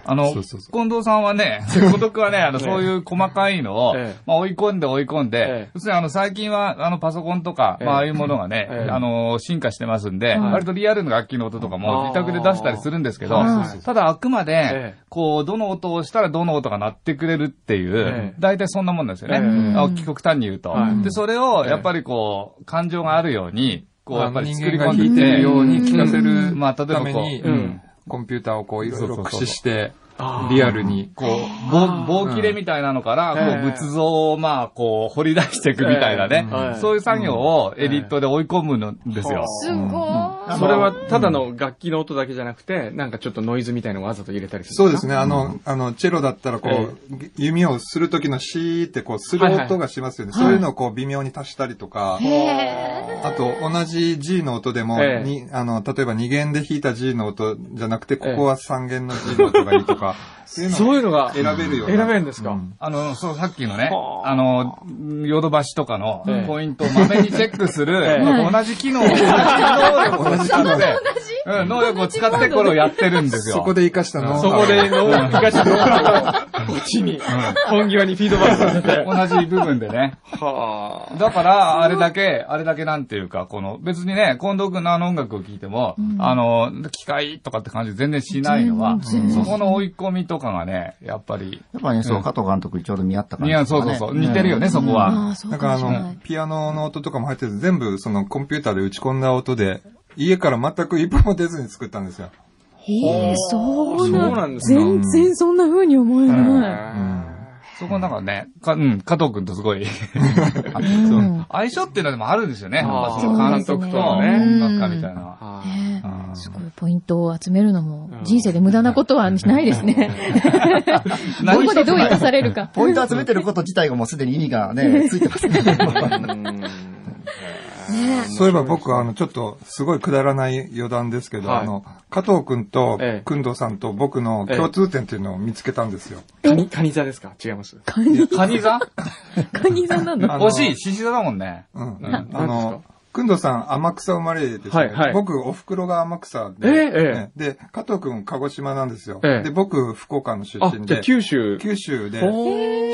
あの、
そうそうそ
近藤さん はね、孤独はね、あの、そういう細かいのを、
ええ
まあ追い込んで追い込んで、
ええ
要するにあの、最近は、あの、パソコンとか、
ええ
まあ、ああいうものがね、
ええ
あの、進化してますんで、割とリアルな楽器の音とか
ああ
も自宅で出したりするんですけど、
はいはい
ただあくまで、
ええ
こう、どの音をしたらどの音が鳴ってくれるっていう、
ええ
大体そんなもんなんですよね。
ええ
あの極端に言うと、
はい
で、それを、
ええ
やっぱりこう、感情があるように、こう、やっぱり
人
作
間
り
が
込んで
弾いてるように聞かせ
う
る
んまあ例えばこう
ために、
うん
コンピューターをこういろいろ駆使して、
あ
リアルに。
こう、棒、棒切れみたいなのから、こ
うん
う、仏像を、まあ、こう、掘り出していくみたいなね
ええはい。
そういう作業をエディットで追い込むんですよ。
すごーい。
それはただの楽器の音だけじゃなくて、なんかちょっとノイズみたいのをわざと入れたりする。
そうですね。あの、あの、チェロだったら、こう、弓をするときのシーって、こう、する音がしますよね。そういうのをこう、微妙に足したりとか、あと、同じ G の音でも、
ええ
にあの、例えば2弦で弾いた G の音じゃなくて、ここは3弦の G の音がいいとか、そう
そういうのが
選べるよう
選
にな
べるんですか、
あの、そう、さっきのね
は、あ
あの、ヨドバシとかの
ええ
ポイントをまめにチェックする、
え
え
同じ機能を、同じ能力を使って、うん能力を使ってこれをやってるんですよ。
そこで活かしたの
そこで脳を生かして脳を、こっちに、本際にフィードバックさせて。
同じ部分でね。
はあ。
だから、あれだけ、あれだけなんていうか、この、別にね、近藤くんのあの音楽を聴いても、あの、機械とかって感じ全然しないのは、
全然
そこの追い込みとかがね、やっぱり、
やっぱね、そうう、
ん
加藤監督にちょうど見合った感
い
じ、
や、そうそうそう、似てるよね、そこ
あ
は。
あ、そう
だ
か
から
も
あ
しれな
の
い。、
ピアノの音とかも入ってて、全部そのコンピューターで打ち込んだ音で、家から全く一歩も出ずに作ったんですよ。
ええ、そうな
そうなん
ん
ですか
全然そんな風に思えない。
そこなんかね、か、うん、加藤くんとす ごい、
うん
相性っていうのでもあるんですよね。やっ
あー
ぱその監督とのね、
そうですね
音楽家みたいな。
はあ
ね
う
え
ん
すごいポイントを集めるのも、人生で無駄なことはないですね。どこでどう生かされるか。
ポイント集めてること自体がもうすでに意味がね、ついてますね。
そういえば僕、あの、ちょっと、すごいくだらない余談ですけど、
はい
あの、加藤くんと
ええ、
くんどさんと僕の共通点っていうのを見つけたんですよ。
カニ、カニ座ですか違います。
カニ、
カニ座
カニ座なの
あの
惜しい、獅子座だもんね。
うん。
ん
あ
何です
の、くんどさん、天草生まれですよね
はいはい
僕、お袋が天草で、
ええ
ねで、加藤くん、鹿児島なんですよ。
ええ
で、僕、福岡の出
あ、
身
じゃ
で
あ、九州。
九州で、
ほ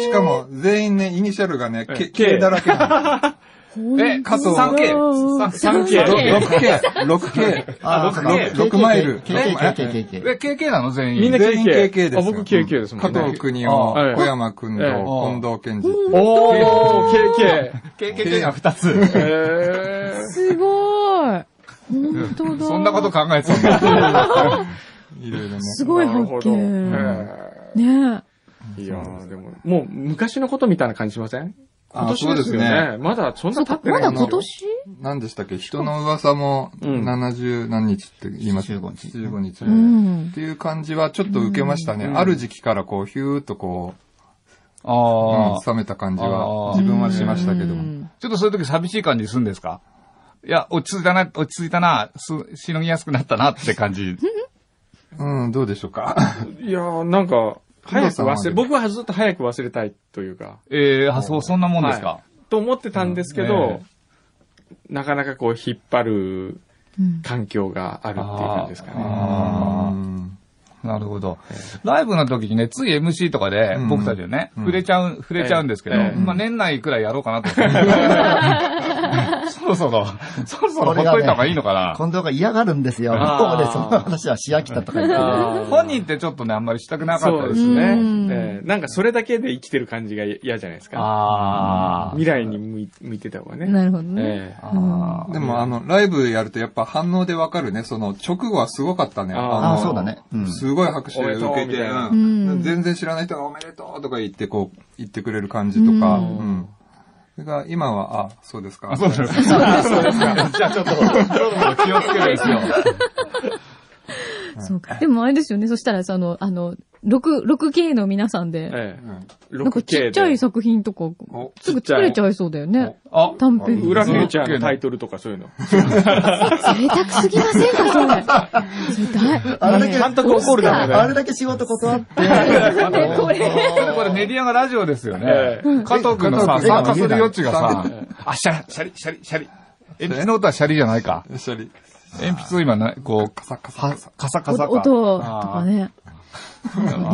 しかも、全員ね、イニシャルがね、
ええ
K, K だらけな
え、加藤
三
K
三 K
んです。6K、6K。
あ
六
K 六マイル
KKKKK。
え、KK なの全員。
みんな
全員
KK
ですよ。
あ僕 KK ですもんね
加藤国を
あはい
小山君と
ええ
近藤健二。
おー、KK。
KKK が2つ。
えー。
すごい。本当だ。
そんなこと考えて たんだ。
いろいろね。
すごい
なる
発
ほど
見。
え
ね
えいやーでも、もう昔のことみたいな感じしません今
あ、
年
そう
で
ですす
よ
ね。
ね。まだそんな経ってな
ま
い
だ
の
今年
何でしたっけ人の噂も
うん
70何日って言います。
75日
75日。
う
っ
ん。
ていう感じはちょっと受けましたね。
うん
ある時期からこう、ヒューっとこう、
あ
うん
あ。ちょ
冷めた感じ
あ
は
ー
自分はしましたけど
う
も。
ん
っとそういう時寂しい感じするんですかいや、落ち着いたな、落ち着いたな、す、しのぎやすくなったなって 感じ。
うん、どうでしょうか。
いやーなんか、早く
工藤
忘
さ
れ、
んは
僕はずっと早く忘れたいというか、
えー、あ、そう、そんなもんです
は
か。
と思ってたんですけ
うん
ど
え、
なかなかこう引っ張る
うん
環境があるっていう感じですかね。
あ
うん
ーなるほど。ライブの時にね、つい MC とかで
うん
僕たちね、触れちゃう、触れちゃうんですけど、
ええ
まあ年内くらいやろうかなと 思って。そろそろ、そろそろほっといた方がいいのかな。
近藤が嫌がるんですよ。
あー
向こうでそんな話はし飽きたとか言ってね。
あー
本人ってちょっとね、あんまりしたくなかっ
そ
た
うで
で
すす
ね。
ね
うん。
ええなんかそれだけで生きてる感じが嫌じゃないですか。
あ
未来に向い向いてた方がね。
なるほどね。
ええ
あー。
でもあの、ライブやるとやっぱ反応でわかるね。その直後はすごかったね。
あー
の
ああ、そうだね。うん。
すごい拍手
おめ
で
でとう
受け
み
て、
たいな
うん
うん
全然知らない人がおめでとうとか言って、こう、言ってくれる感じとか、
う
うんん。それが、今は、あ、そうですか。
そうですか。そうですか。じゃあちょっと、ちょっと気をつけるですよ。
そうか。でもあれですよね。そしたら、その、あの、6、6K の皆さんで、
え
うん
な
え
んか
6K
ち
で。
っちゃい作品とか、
お
すぐ作れちゃいそうだよね。
あ、
短編。
裏フューチャーのタイトルとかそういうの。
贅沢すぎませんか、それ。それ大
あれだけ、
監督怒るだろうね
あれだけ仕事断って、
これ。
それでこれメディアがラジオですよ
え
ね。加藤くんの
加
さ、
藤君
参加する余地がさ
え、
あ、シャリ、シャリ、シャリ、シャリ。鉛筆の音はシャリじゃないか。
よっしゃり。
鉛筆を今な、こう、カサカサ、カサカサか。
音とかね。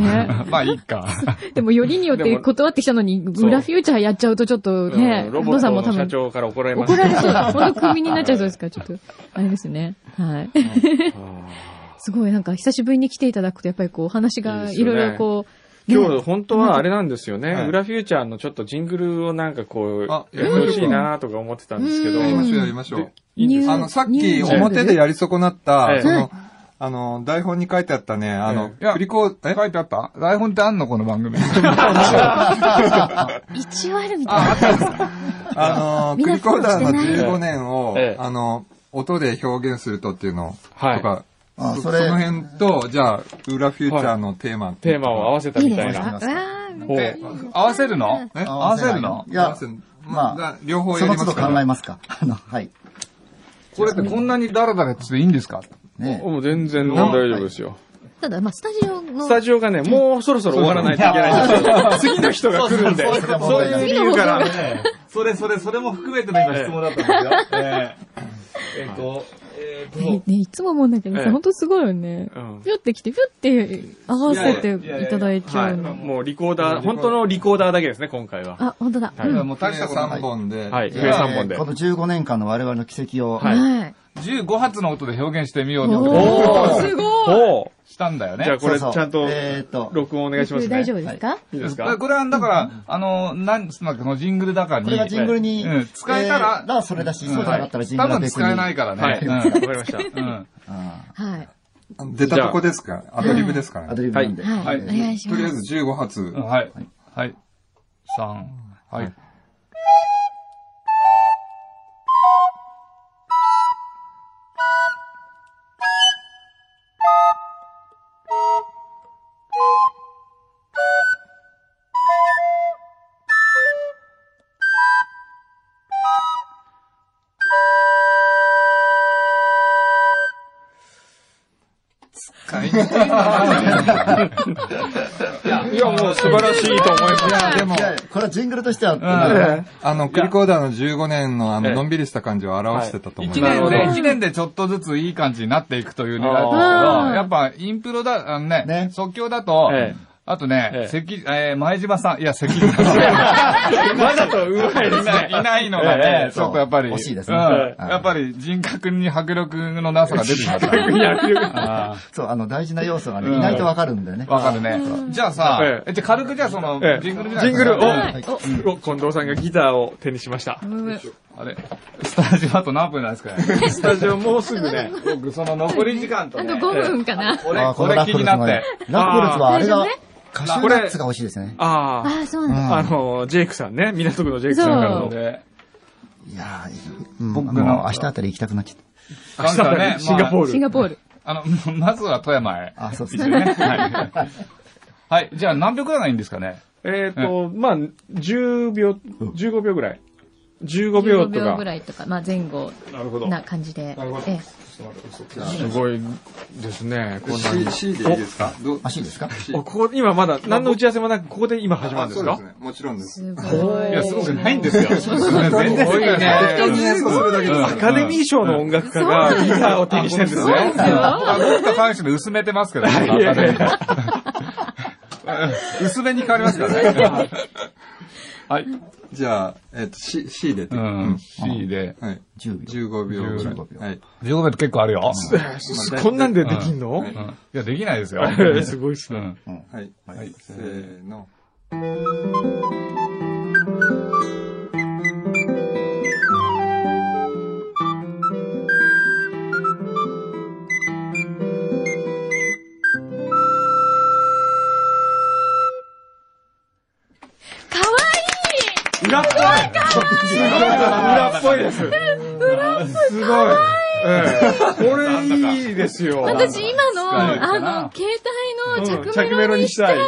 ね。
まあいいか。
でもよりによって断ってきたのに、
そう
裏フューチャーやっちゃうとちょっとね
う、
お
んロボッ
父さんも
ト
多
の社
分
長から怒られま
怒
す
られそうだ。そのクビになっちゃいそうですから、ちょっと。あれですね。はい。すごい、なんか久しぶりに来ていただくと、やっぱりこう、お話がいろいろこう、ね
今日本当はあれなんですよね。
はい
裏フューチャーのちょっとジングルをなんかこう、
あ
やってほしいなとか思ってたんですけど
う
やりま
ん
しょう、やりましょう。
いいんで
ニュ
す
ー
あの、さっ
ニュー
き
ジャンル
表でやり損なった
ええ、
その、あの、台本に書いてあったね、あの、
いや
振り子、え
書いてあった台本ってあんのこの番組。
一応あるみたいな。
あの、
みん
ク
な
リコーダーの
苦労して
ない
15年を、
ええ
あの、音で表現するとっていうのとか、
はい
あ
そ
それ
その辺と、じゃあ、裏フューチャーのテーマ、
テーマを合わせたみたい
いいです
な。
ね
ほう
え合わせるのえ合わせるの
い
合わ
や
せ、る
ま
ま
あ
あ、だ両方や
そ
り
の
ます
都度
から
考えますか。あの、はい。
これってこんなにダラダラしていいんですか
ね
もう全然大丈夫ですよ。
ただ、まあ、スタジオの
ス、タジオがね、もうそろそろ終わらないといけないんですよ。次の人が来るんで。そういう理由から。
ええそれ、それ、それも含めての今質問だったんですよ。えええっと、え
ね
っ、
ねいつも思うんだけど
ええ
さ、ほんとすごいよね
うん。
ぴょってきて、ぴょって合わせていただいち
は
ゃ
い。
うの。
もうリコーダー、本当のリコーダーだけですね、今回は。
あ、ほんとだ。
はい
うん
もう大したことな
3
い。
本で、
はい、
じ
上
ゃあ
3本で
こ。の15年間の我々の奇跡を、
はい
はい。
15発の音で表現してみようと思って
お
おー
ー、すごい
お
したんだよね
じゃ。あこれち
そうそう
ゃんと
えーっと、
録音お願いしますね。
大丈夫ですか
いいです
だ
から
これは、だから、あの、なんつうのか、このジングルだからに。
これがジングルに、
うん使えたら
えーなそれだし、そうじゃなかったらジング
多
ルは
分
別に。
使えないから
はい、
ね。
わ
うん
かりました。
うん
あ
はい。
出たとこですから、アドリブですから
ー
ね。
アドリブなんで。
は
はい
い。お願いし
と
ま
りあえ
す。
ず15発
う。んはい。はい。3、はい。
いや、もう素晴らしいと思います。
いや、でも
い、や、これはジングルとしては、
あの、クリコーダーの15年のあの、のんびりした感じを表してたと思い
一
ます。
年
なる
で、
ほど
一年でちょっとずついい感じになっていくという狙いだったけ
あー
ど、やっぱインプロだ、あのね、
ね
即興だと、
ええ
あと
ええ
ね、関、えー前島さん、いや、関口さ
わざとうまいです
ん、い
ね。
ないのが
え
ね
え、
ちょっとやっぱり、
そう惜しいですね
うん
はい
やっぱり人格に迫力のなさが出てきました ね。あ
そう、あの、大事な要素がね、いないとわかるんだよね
ー。わかるね。じゃあさ
え、え
えじゃあ軽くじゃあその
ええ、
ジングルじゃない
ジングルを、
はい。
お近藤さんがギターを手にしました。
あれ、スタジオあと何分なんですかね。
スタジオもうすぐね。
僕、その残り時間と
あと
ね
5、分かな。
俺、
ー
これ気になっ
が
て
ね。。ラッコルツはあれ
あ
が
ー大丈夫ね、
カシューナッツが欲しいですね。
あ
あ
あ、
あ、そうなんだ。
あの、ジェイクさんね、港区のジェイクさんからの。
で
いやー、うん、
僕
僕
の
の明日あたり行きたくなっちゃっ
明日はね、シンガポール。
シンガポール。
あの、まずは富山へ。
た。あ、そうです
一緒
ね。
にね。はい。はい。じゃあ何秒くらいがいいんですかね
えっ、と、まあ、10秒、15秒ぐらい。15秒と
15秒ぐ
か。
らいとか、まあ前後
なるほど。
な感じで。え
すごいですね。こんなに
C, C でいいですかどう
あ、しいですか
おここ、今まだ、何の打ち合わせもなく、ここで今始まるんです
あ
か
そうですね。もちろんで
え
す。
すごい。
いや、すごくないんですよ。全然
すごいね。
演奏するだけです。
アカデミー賞の音楽家がギターを手にしてるんですね。
あ、僕と関して薄めてますけどね。
いやいやいや
薄めに変わりますからね。はい。
じゃあ、えっ、と、C, C でって、
う
うん
ん。C で。
はい。
10秒。
15秒ぐら
15
い。
秒
はい。
15秒って結構あるよ。
こんなんでできんの
うんいや、できないですよ。
すごいっす
う
ね。
ん。
はい。はい。せーの。
かわいい
裏っぽい裏っぽいです。すごい。ええこれいいですよ。
私今の、
使えるか
あ
な
の、携帯
うん
の
着
着
メ
メ
ロ
ロ
に
に
し
したた
い
い。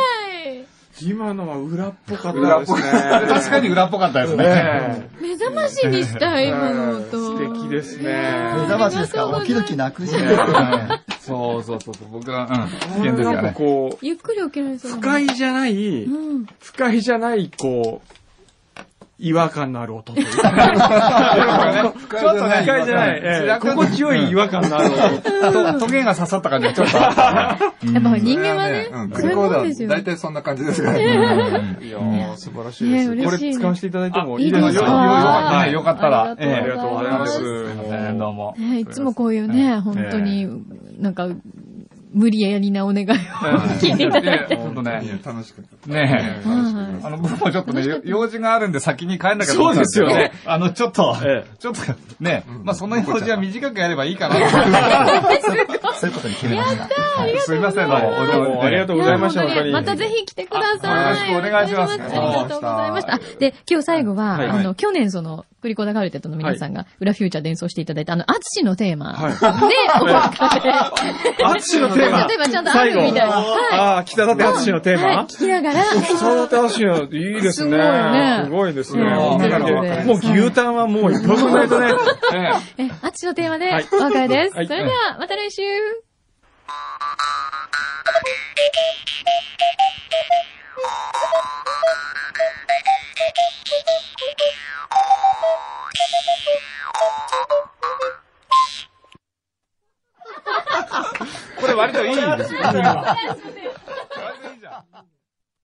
今のは裏っぽかったですね。
確かに裏っぽかったですね。
え
目覚ましにしたい、今の
え
音。
素敵です
目
ね。
覚ましです
ありがとう
か
ございます
起きる気なくじゃ
そうそうそうそう。僕は、うん。危
な
険ですよ
んか
ね。
こう、
ゆっくり起きられそう。
不快じゃない、
うん。
不快じゃない、こう、違和感のある音というか。
ちょっとね
不快じゃない、ええ心地よい違和感のある音。
と、トゲが刺さった感じがちょっとあったね。
やっぱ人間はね、
うん、
そ
ク
うい
リ
う
コ
も
ーダ
んです
ー、
よ。
大体そんな感じですからね。
いやー素晴らしいで
ね
す。こ
嬉しい
れ
ね
使わせていただいても
あ
いいですか
いいです
よ
か
かよかったら
あ。り
あ
が
り
と
がとうございます。も
ええ
う
どうも。
ねいつもこういうね、本当に、なんか、無理やりなお願いを 聞いていただいて。
ええちょっと
いや
ね、
楽しく。
ねえ。
はい
あの、僕もちょっとね、よ用事があるんで先に帰んなきゃと思ったん
そうですよね。
あの、ちょっと
ええ、
ちょっと、ね、まあその用事は短くやればいいかなと思って。
そういうことに決めました。
すいません、どうも。お邪魔して
ありがとうございました、
や
本当に。
またぜひ来てください。
あよろしくお願いします
お願ありがとうございました。あで、今日最後は、
はい
あの、去年その、クリコダカルテットの皆さんが、裏フューチャー伝送していただいた、あの、アツシのテーマで、お別れ。
アツシのテーマ
例えばちゃんとあ
最
る
後。
みたいな。はい。
ああ、北舘淳のテー
はい、
マ
聞きながら、
北舘淳の、いいですね。
す
す
ご
ごいです
う
ね。
ん
もう
ということで
牛タンはもう一本もないとね。
え、アツシのテーマで、お別れです。
はい
それでは、また来週。
これ割といいんですよ。